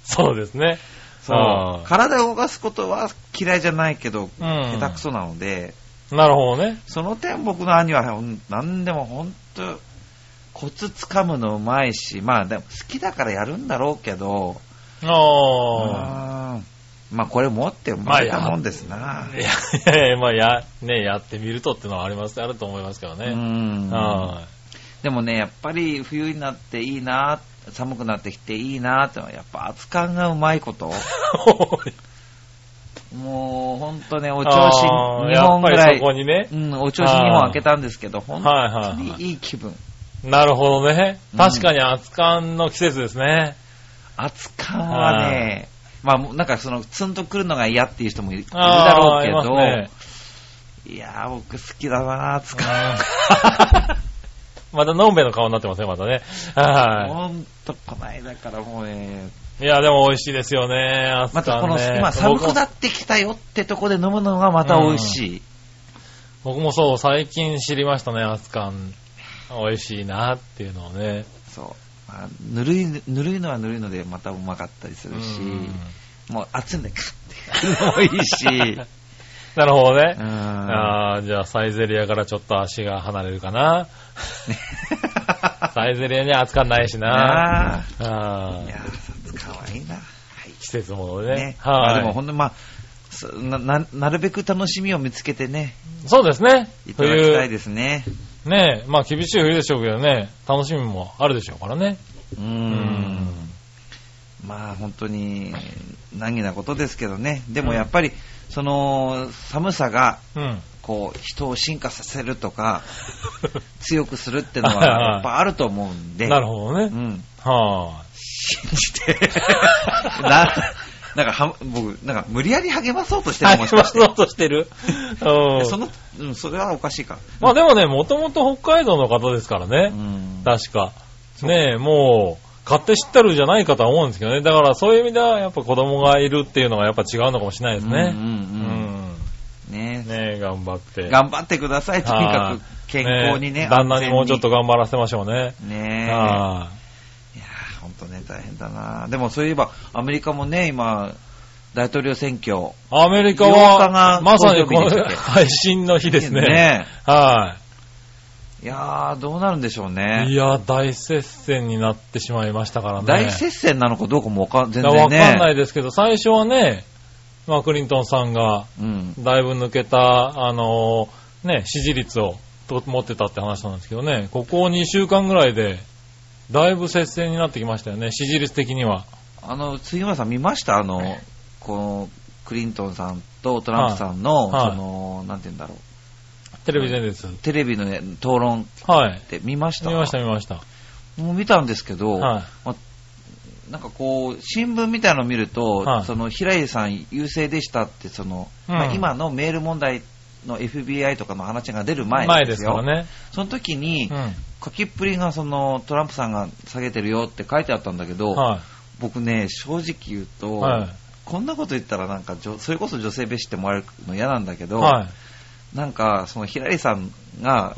そうですね。 そあう。体を動かすことは嫌いじゃないけど、うん下手くそなので、ーなるほどね。その点僕の兄はほん何でも本当コツつかむのうまいし、まあでも好きだからやるんだろうけど、ああ。うんまあこれ持って生まれたもんですな。いやいや、まあ、や、ね、やってみるとってのはあります、あると思いますけどうね。んはでもね、やっぱり冬になっていいな、寒くなってきていいなってのは、やっぱ熱感がうまい こと。い。もう、ほんとね、おお調子2や本っぐぱらりいそ、こにねう。ん、お調子2本開けたんですけど、本はいは当いはい。にいい気分。なるほどねう。ん確かに熱感の季節ですね。熱感はね、まあ、もうなんかその、ツンとくるのが嫌っていう人もいるいるだあろあうけいますど、ねいやー、僕好きだな、熱 感。また、のんべの顔になってますね、またね。はほんと、こないだからもうね、い。いや、でも美味しいですよね、熱またこ感の、ね。今寒くなってきたよってとこで飲むのがまた美味しい。僕も僕もそう、最近知りましたね、熱感。美味しいなっていうのをね。そう。まあ、ぬるい、ぬるいのはぬるいので、またうまかったりするし、うんもう熱いんで、カッて。いい し、なるほどねう。ん。あーじゃあサイゼリアからちょっと足が離れるかな。サイゼリアには扱んないしな。なああーいやー、かわいいな。はい。季節ものでねね。。まあでも、はほんと、まあ、そなななるべく楽しみを見つけてね、い。そうですねい。ただきたい冬、ですね。ねまあ厳しい冬でしょうけどね、楽しみもあるでしょうからね。う。うんまあ本当に難儀なことですけどね。でもやっぱり、その寒さが うん。こう人を進化させるとか強くするってのはやっぱあると思うんで。なるほどうね。ん。は信じて。 な、なんかは、僕、なんか無理やり励まそうとしてるもしかして。そう としてる。うんその、うん、それはおかしいか。まあでもね、もともと北海道の方ですからね。うん。確か。ねえ、もう、買って知ってるじゃないかとは思うんですけどね。だからそういう意味では、やっぱ子供がいるっていうのはやっぱ違うのかもしれないですね。うんううんうんんねねえ、頑張って。頑張ってください。とにかく健康にね。え旦那にもうちょっと安頑張らせましょうね。全に。ねはいやー、ほんとね、大変だな。でもそういえば、アメリカもね、今、大統領選挙。アメリカ8日はが、まさにこ投票日でしのたっけ配信の日ですね。はいやー、どうなるんでしょうね。い。いや、大接戦になってしまいましたからね。大接戦なのかどうかもわかん、全然ね。わかんないですけど、最初はね、まあ、クリントンさんが、うん。だいぶ抜けた、あのね、支持率をと持ってたって話なんですけどね、ここ2週間ぐらいで、だいぶ接戦になってきましたよね、支持率的には。あの、杉村さん見ましたあの、この、クリントンさんとトランプさんはの、いはいその、なんて言うんだろう。テレビでです。テレビの、ね、討論はいっ。て見ました見ました、見ました。もう見たんですけど、はいまなんかこう、新聞みたいのを見ると、はいその平井さん優勢でしたって、その、うんまあ今のメール問題の FBI とかの話が出る前前でですすよ。からね。その時に、う書きっぷりがそのトランプさんが下げてるよって書いてあったんだけど、ん。は僕ね、正直言うい。と、はこんなこと言ったらなんか女、それこそ女性蔑視って思われるの嫌なんだけい。ど、はい。なんか、その平井さんが、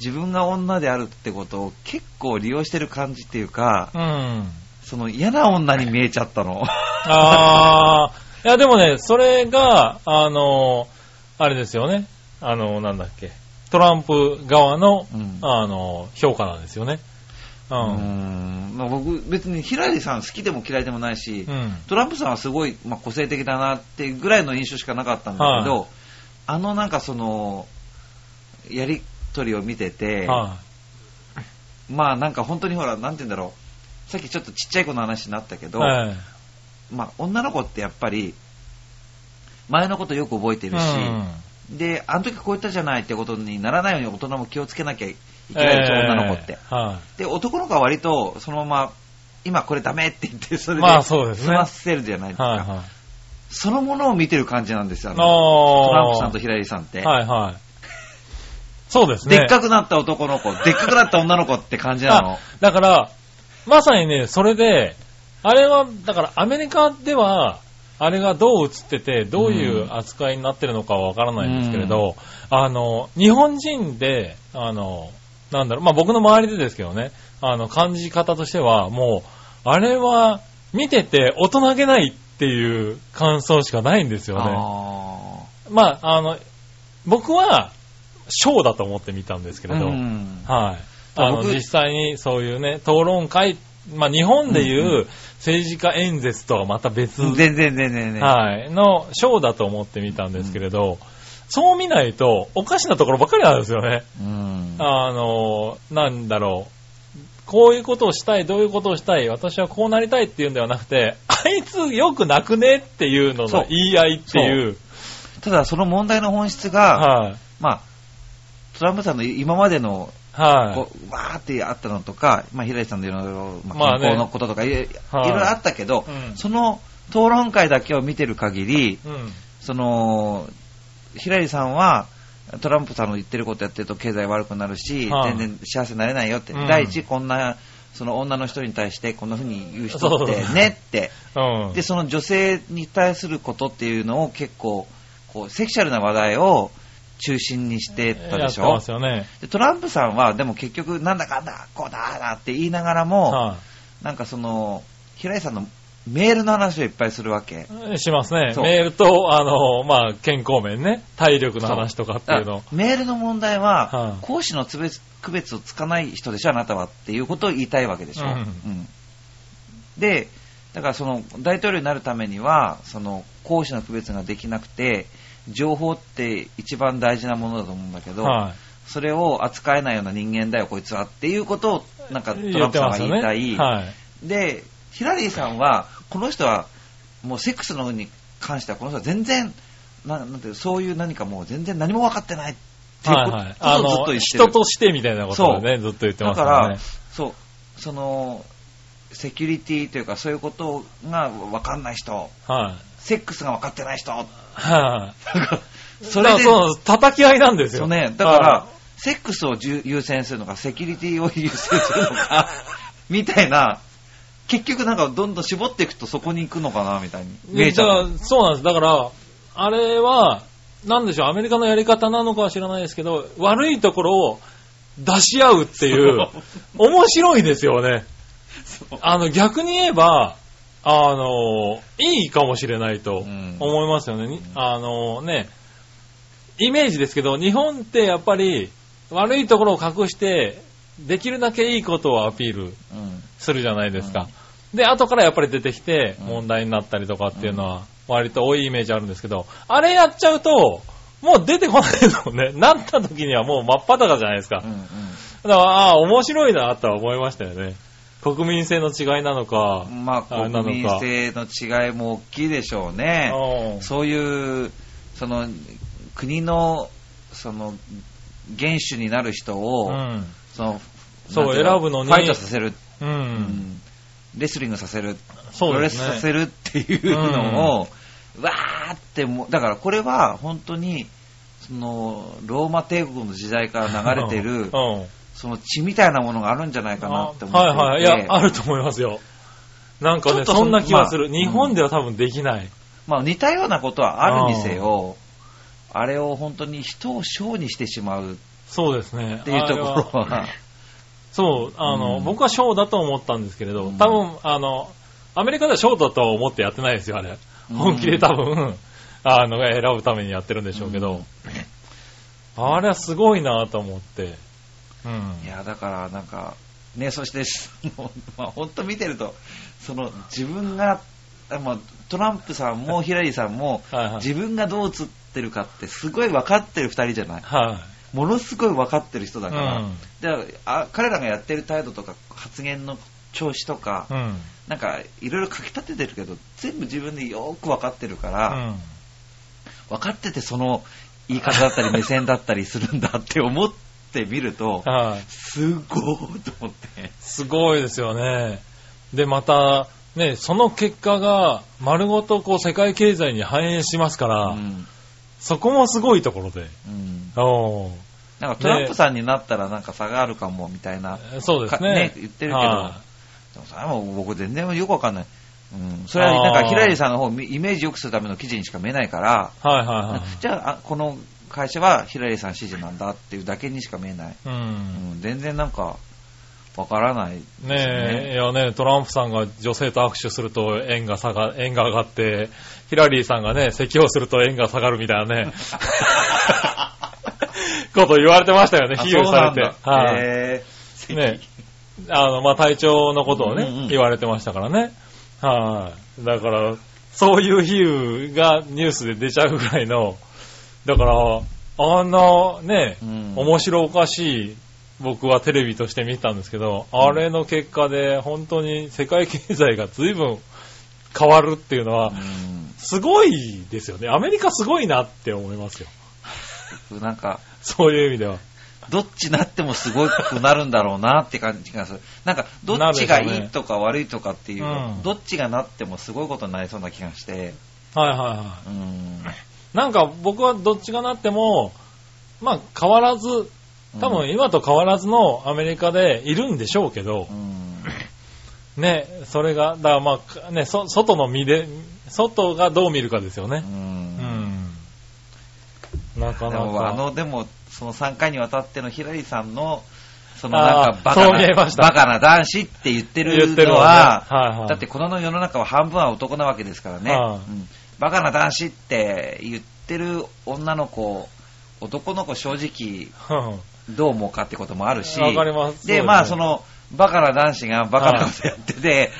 自分が女であるってことを結構利用してる感じっていうか、うん。うん。その嫌な女に見えちゃったの。あー、いやでもね、それが、あの、あれですよね。あの、なんだっけ。トランプ側の、うんあの、評価なんですよね。う。うんん。まあ、僕、別にヒラリーさん好きでも嫌いでもないし、うん。トランプさんはすごい、まあ、個性的だなっていうぐらいの印象しかなかったんだけど、あのなんかその、やりとりを見てて、はい。まあなんか本当にほら、なんて言うんだろう、さっきちょっとちっちゃい子の話になったけど、はいまあ女の子ってやっぱり、前のことよく覚えてるし、で、あの時こう言ったじゃないってことにならないように大人も気をつけなきゃいけないでしょ、女の子って。。うんはで、男の子は割とそのまま、今これダメって言って、それまであそうですね済ませるじゃないでい。すか。はいはい。そのものを見てる感じなんですよ、あのトトランプさんとヒラリーさんって。はいはい。そうですね。でっかくなった男の子、でっかくなった女の子って感じな のあ。だから、まさにね、それで、あれは、だからアメリカでは、あれがどう映ってて、どういうう扱いになってるのかはわからないんですけれど、あの、日本人で、あの、なんだろう、まあ、僕の周りでですけどね、あの、感じ方としては、もう、あれは、見てて大人げないっていう感想しかないんですよね。あまあ、あの、僕は、ショーだと思って見たんですけーれど、うんだはい。あからの、僕実際にそういうね、討論会、まあ、日本でいう政治家演説とはまた別、全然全然ね。はい、のショーだと思って見たんですけれど、そう見ないと、おかしなところばかりなんですよね。うんあの、なんだろう。こういうことをしたい、どういうことをしたい、私はこうなりたいっていうんではなくて、あいつよくなくねっていうのそうの言い合いっていう。ただ、その問題の本質が、はい。まあ、トランプさんの今までの、はいこ。うわーってあったのとか、まあ、ヒラリさんのいろいろ、ままああね健康のこととか、いろいろはいいろいろあったけど、うんその討論会だけを見てる限り、うん。その、ヒラリさんは、トランプさんの言ってることやってると経済悪くなるし、はい全然幸せになれないよって、うん第一、こんな、その女の人に対してこんな風に言う人っそてうねって、うん。で、その女性に対することっていうのを結構、こう、セクシャルな話題を中心にしてたやでっしてょますよね。でトランプさんは、でも結局、なんだかんだ、こうだーだって言いながらも、はなんかその、平井さんのメールの話をいっぱいするわけ。い。しますね。そうメールと、あの、まあ、健康面ね。体力の話とかっていうだのから。メールの問題はは、い講師のつべ区別をつかない人でしょ、あなたはっていうことを言いたいわけでしょ。うんうんで、だからその大統領になるためには、その講師の区別ができなくて、情報って一番大事なものだと思うんだけど、はい。それを扱えないような人間だよ、こいつはっていうことを、なんかトラ言ンっプてさんまがす言よいね。たい。はい。で、ヒラリーさんは、この人は、もうセックスのに関しては、この人は全然、ななんていうそういう何かもう全然何も分かってないっていうはいこはい。とあをずっとの、言ってる。人としてみたいなことをね、ずっと言ってだますかからら、ね。そう、その、セキュリティというか、そういうことが分かんない人、はい。セックスが分かってない 人、はい。それで、だからそう叩き合いなんですそよ。うね、だからは、セックスを重優先するのか、セキュリティを優先するの か、みたいな、結局なんかどんどん絞っていくとそこに行くのかな、みたいにい、見えちゃだかう。らそうなんです。だから、あれは、なんでしょう、アメリカのやり方なのかは知らないですけど、悪いところを出し合うっていう、面白いですよね。あの、逆に言えば、あの、いいかもしれないとうん思いますよね。にあのね、イメージですけど、日本ってやっぱり悪いところを隠して、できるだけいいことをアピールうんするじゃないですか。で、後からやっぱり出てきてうん問題になったりとかっていうのは割と多いイメージあるんですけど、あれやっちゃうと、もう出てこないですもんね。 なった時にはもう真っ裸じゃないですか。うんうんだから、ああ、面白いなとは思いましたよね。国民性の違いなのか。まあ、あなのか国民性の違いも大きいでしょうね。うんそういう、その、国の、その、元首になる人を、うん。その、そうなんていか選ぶのにファイトさせる、う。うんんレスリングさせる、プそロうレでスすさね。せるっていうのを、わーってもう、だからこれは本当に、その、ローマ帝国の時代から流れてうん。う る、んその血みたいなものがあるんじゃないかなって思っていて。はいはい。いや、あると思いますよ。なんかちょね、っとそんな気はする。まあ日本では多分できない。まあ似たようなことはあるにせよ、あれを本当に人を小にしてしまうそうですね。っていうところあれはは、そう、あの、うん僕はショーだと思ったんですけれど、うん多分、あの、アメリカではショーだとは思ってやってないですよ、あれ。うん本気で多分、 あの、選ぶためにやってるんでしょうけど、あれはすごいなと思って。うん。いや、だからなんか、ね、そして、もうまあ、本当見てると、その自分が、あまあ、トランプさんもヒラリーさんも、はいはい。自分がどう映ってるかってすごい分かってる二人じゃないはい。ものすごい分かってる人だから、うんであ彼らがやってる態度とか発言の調子とか、うん。なんかいろいろかき立ててるけど全部自分でよく分かってるから、うん分かっててその言い方だったり目線だったりするんだって思ってみるとはい。すごーと思ってすごいですよね。で、また、ね、その結果が丸ごとこう世界経済に反映しますから、うんそこもすごいところで。うんおーなんかトランプさんになったらなんか差があるかもみたいな、そうですかね言ってるけど、はいでもそれはもう僕全然よくわかんない。うん、それはなんか平井さんの方をイメージ良くするための記事にしか見えないから、はいはいはい。じゃああこの会社は平井さん指示なんだっていうだけにしか見えない、うう。んん、全然なんかわからないですねえ、ねいやね、トランプさんが女性と握手すると円が下が、円が上がって、ヒラリーさんがね、咳をすると円が下がるみたい なね、こと言われてましたよね、あ比喩されて。そうなんだはい、へえねあの、まあ、体調のことをね、うんうんうん言われてましたからね。はい、だから、そういう比喩がニュースで出ちゃうぐらいの、だから、あんな、ね、うん面白おかしい、僕はテレビとして見てたんですけど、あれの結果で本当に世界経済が随分変わるっていうのは、すごいですよね。アメリカすごいなって思いますよ。うん、なんかそういう意味では。どっちなってもすごくなるんだろうなって感じがする。なんか、どっちがいいとか悪いとかっていう、うんどっちがなってもすごいことになりそうな気がして、はいはいはい。うん。なんか僕はどっちがなっても、まあ変わらず、多分今と変わらずのアメリカでいるんでしょうけどう、ん、ね、それが、だからまあね、そ外の見で、外がどう見るかですよう。ね。うんん。なかでなも、あ か。の、でも、その3回にわたってのヒラリさんの、そのなんあかーバカそう見えまな、したバカな男子って言ってる言ってるのわねは、はいはいだってこの世の中は半分は男なわけですからね、はいうんバカな男子って言ってる女の子、男の子正直うんどう思うかってこともあるし、わかりますそうですで、ねまあ、その、バカな男子がバカなことやってて、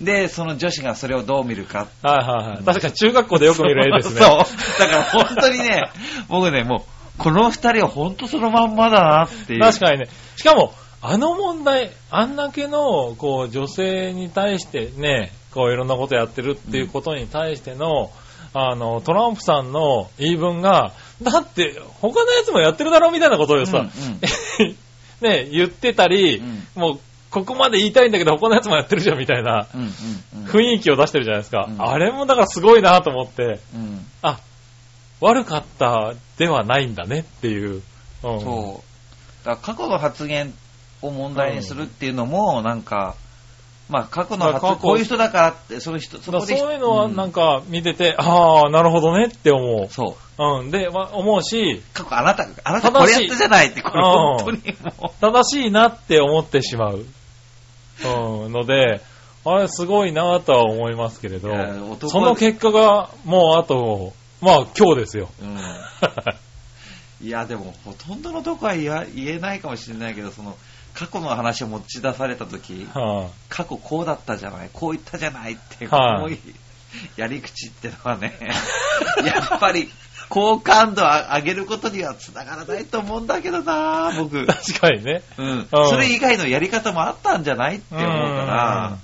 で、その女子がそれをどう見るか。はいはいはい。確かに中学校でよく見る絵ですね。そう。だから本当にね、 僕ね、もう、この二人は本当そのまんまだなっていう。確かにね。しかも、あの問題、あんだけの、こう、女性に対してね、こう、いろんなことやってるっていうことに対しての、あの、トランプさんの言い分が、だって、他のやつもやってるだろみたいなことをさ、 ね、言ってたり、うもう、ここまで言いたいんだけど、他のやつもやってるじゃんみたいなうん。うんうんうん。雰囲気を出してるじゃないですか。うんあれもだからすごいなと思って、うんあ、悪かったではないんだねっていう。うんそう。だから過去の発言を問題にするっていうのも、なんか、まあ過去の発まあ過言、去こういう人だからって、その人、そだこからで。そういうのはなんか、か見てて、ああ、なるほどねって思そう。う。うん。で、わ思うし、過去あなた、あなたこれやったじゃないって、これ本当にも正しいなって思ってしまう。うん。ので、あれすごいなとは思いますけれどいや男、はその結果がもうあと、まあ今日ですよ。 う。うんいや、でも、ほとんどのとこは言わ言えないかもしれないけど、その、過去の話を持ち出されたとき、は過去こうだったじゃない、こう言ったじゃないって、こはいのやり口ってのはね、 やっぱり、好感度を上げることには繋がらないと思うんだけどな、僕。あ確かにね。うん。それ以外のやり方もあったんじゃないって思うから、うん。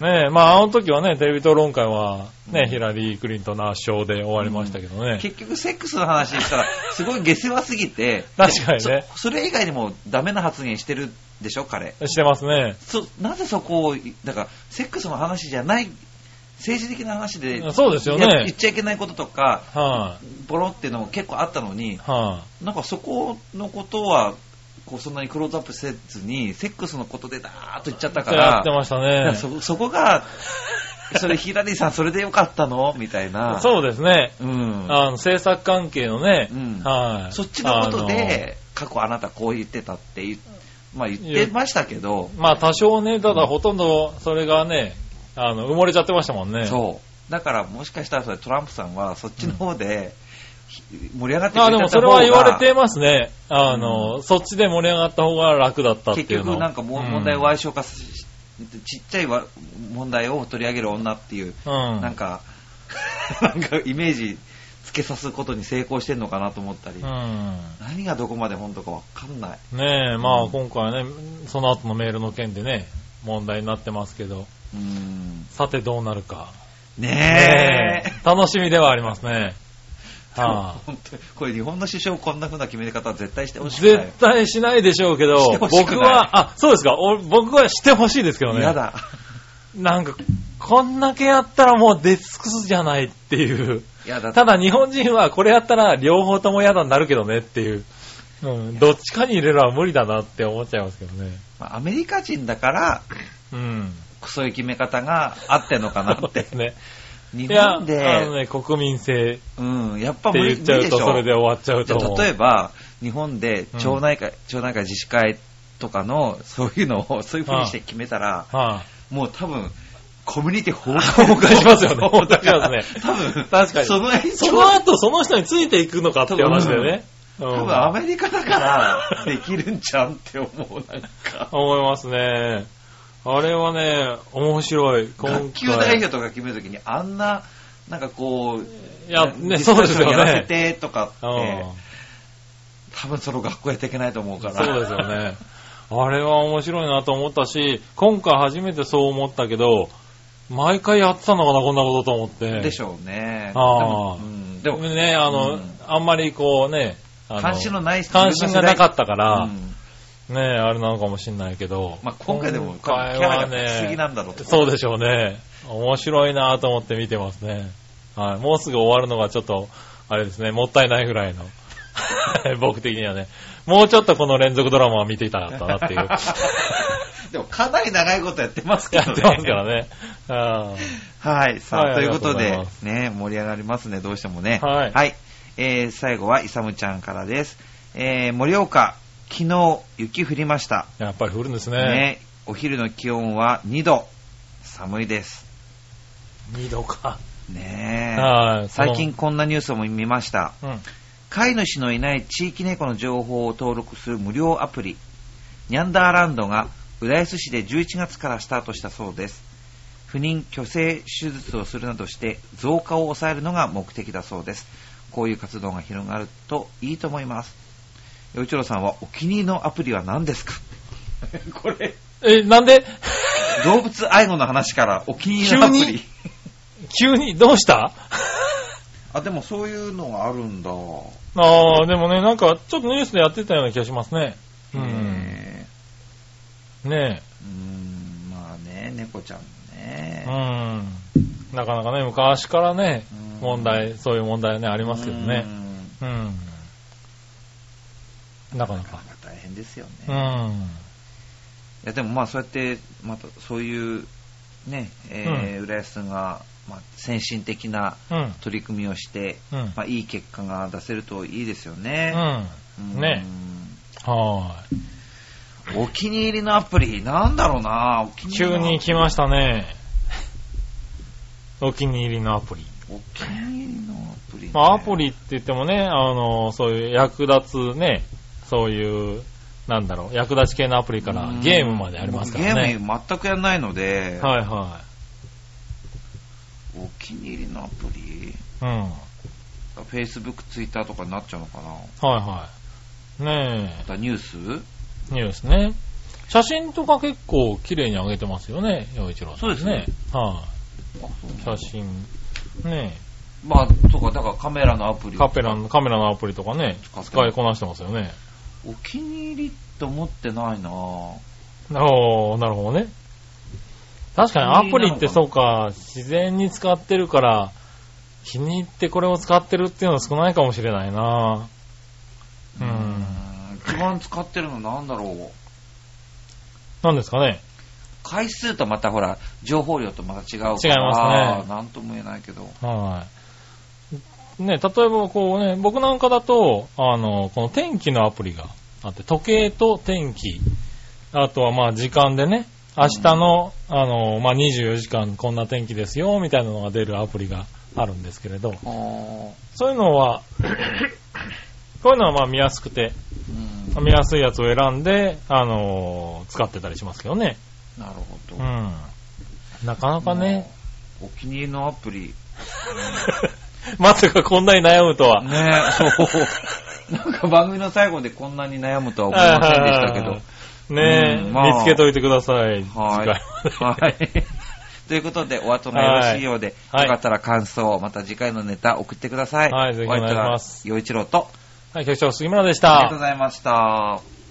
ねえ、まああの時はね、テレビ討論会はね、うんヒラリー・クリントンの圧勝で終わりましたけどね。結局セックスの話したら、すごい下世話すぎて、確かにね、そそれ以外にもダメな発言してるでしょ、彼。してますね。そなぜそこを、だから、セックスの話じゃない、政治的な話で、そうですよいやね言っ。ちゃいけないこととか、はボロっていうのも結構あったのにい、、はい、なんかそこのことは、こうそんなにクローズアップせずに、セックスのことでだーっと言っちゃったかやらって、ましたいやね。そそこが、それ、ヒラリーさん、それでよかったのみたいな。う。そうですね。ん。あの、制作関係のね、うんはい。そっちのことで、過去あなたこう言ってたって言っ,、まあ、言ってましたけどあ、の、まあ多少ね、ただほとんどそれがね、あの、埋もれちゃってましたもんね。そう。だからもしかしたらそれトランプさんはそっちの方で、ひ盛り上がってくあれでてもた方そがれは言われてますね。あの、そっちで盛り上がった方が楽だったって結いうの局なんかもう問題をは矮小化し、ちっちゃいわ問題を取り上げる女っていう、うん。なんか、 なんかイメージつけさすことに成功してんのかなと思ったり、うん何がどこまで本当かわかんない。ねえ、まあうん今回ね、その後のメールの件でね、問題になってますけど、うん。さてどうなるか。 ねえ。え楽しみではあります ね。はあ、本当にこれ日本の首相こんな風な決め方は絶対してほしくない絶。対しないでしょうけど して、ほしくない僕は、あ、そうですか、お僕はしてほしいですけどね。嫌 だ。なんか、こんだけやったらもうデスクスじゃないっていう。嫌だ。ただ日本人はこれやったら両方とも嫌だになるけどねっていう。うん、どっちかに入れるのは無理だなって思っちゃいますけどね。まあアメリカ人だから、うん。クソい決め方が合ってんのかなそうっでて。す ね。日いや、あ本ので、ね、国民性うん、やっぱって無理言っちゃ無う理でと、しょそれで終わっちゃうじとゃ思う。あ例えば、日本で町内会、町内会自治会とかの、そういうのを、 そういう風にして決めたら、はいもう多分、コミュニティ崩壊崩壊しますよねそうだから崩壊しますね多分、確かにその延その長、後、その人についていくのかっていう話だよね。うん多分アメリカだから、できるんじゃんって思う、なんか。思いますね。あれはね、面白い。今学級代表とか決めるときに、あんな、なんかこう、いや、デね、ィスカそうッでシすョンよやらせね。てとかって、うん多分その学校やっていけないと思うから。そうですよね。あれは面白いなと思ったし、今回初めてそう思ったけど、毎回やってたのかな、こんなことと思って。でしょうね。ああでもうんでも、ね、あの、うんあんまりこうね、あの関心のない人関心がなかったかうら、んね、あれなのかもしれないけど。まあ、今回でも、キ今ャ回ラはがつきすぎなね、んだろうと。そうでしょうね。面白いなと思って見てますね。はい。もうすぐ終わるのがちょっと、あれですね、もったいないぐらいの。 僕的にはね。もうちょっとこの連続ドラマを見ていたかった なっていう。でも、かなり長いことやってますけやっどてね。ますからね。あはい。さあ、はいということでありがとうございま、ね、盛り上がりますね、どうしてもね。はいえー最後は、イサムちゃんからです。えー、盛岡、昨日、雪降りました。ーやっぱり降るんですね。ね、お昼の気温は2度。寒いです。二度か。ねはい最近こんなニュースも見ました。うん。飼い主のいない地域猫の情報を登録する無料アプリ、ニャンダーランドが浦安市で11月からスタートしたそうです。不妊、去勢手術をするなどして増加を抑えるのが目的だそうです。こういう活動が広がるといいと思います。洋一郎さんはお気に入りのアプリは何ですか これ、え、なんで 動物愛護の話からお気に入りのアプ急リに。急に、どう したあ、でもそういうのがあるんだ。ああ、でもね、なんか、ちょっとニュースでやってたような気がしますね。うん。ねえうねーんまあね、猫ちゃんもえ。ねう。ん。なかなかね、昔からねうん、問題、そういう問題ね、ありますけどうーね。んうん。なかなか。まあ大変ですよね。ういん。や、でもまあそうやって、またそういう、ね、えー浦安が、まあ、先進的なうん。取り組みをして、うん。まあいい結果が出せるといいですよね。うん。うんねはーい。お気に入りのアプリ、なんだろうな、お気に入急りのに来ましたね。お気に入りのアプリ。お気に入りのアプリ、まあ、アプリって言ってもね、あの、そういう役立つね、そういう、なんだろう、役立ち系のアプリからうんゲームまでありますからゲね。ーム全くやらないので、はいはお気に入りのアプリい。うん。はい Facebook、Twitter とかになっちゃうのかな。はい。ねまたニュースえ、ニュースね。写真とか結構綺麗に上げてますよね、洋一郎さん。そうですね。あはい、そう写真。ねまあ、とか、だからカメラのアプえ、リカペラの、カメラのアプリとかね、使って使いこなしてますよね。お気に入りって思ってないなぁ。おー、なるほどね。確かにアプリってそうか、自然に使ってるから、気に入ってこれを使ってるっていうのは少ないかもしれないなう。うん一番使ってるのなんだろう。なんですかね。回数とまたほら、情報量とまた違うから。違いますねなんとも言えないけど。はい。ね、例えばこうね、僕なんかだと、あの、この天気のアプリがあって、時計と天気、あとはまあ時間でね、明日の、あの、まあ24時間こんな天気ですよ、みたいなのが出るアプリがあるんですけれど、あーそういうのは、こういうのはまあ見やすくて、 うん。見やすいやつを選んで、あのー使ってたりしますけどね。なるほど。うん。なかなかね、もう。お気に入りのアプリ。 まさかこんなに悩むとは。ねえ、そう。 なんか番組の最後でこんなに悩むとは思いませんでしたけど。 ねえ、うんまあ見つけといてください。はい。次回 まではい。ということで、お後がよろしいようで、はいよかったら感想、また次回のネタ送ってください。はいぜひお願いしますお相手は。洋一郎と、はい、局長杉村でありしたがとう。ございました。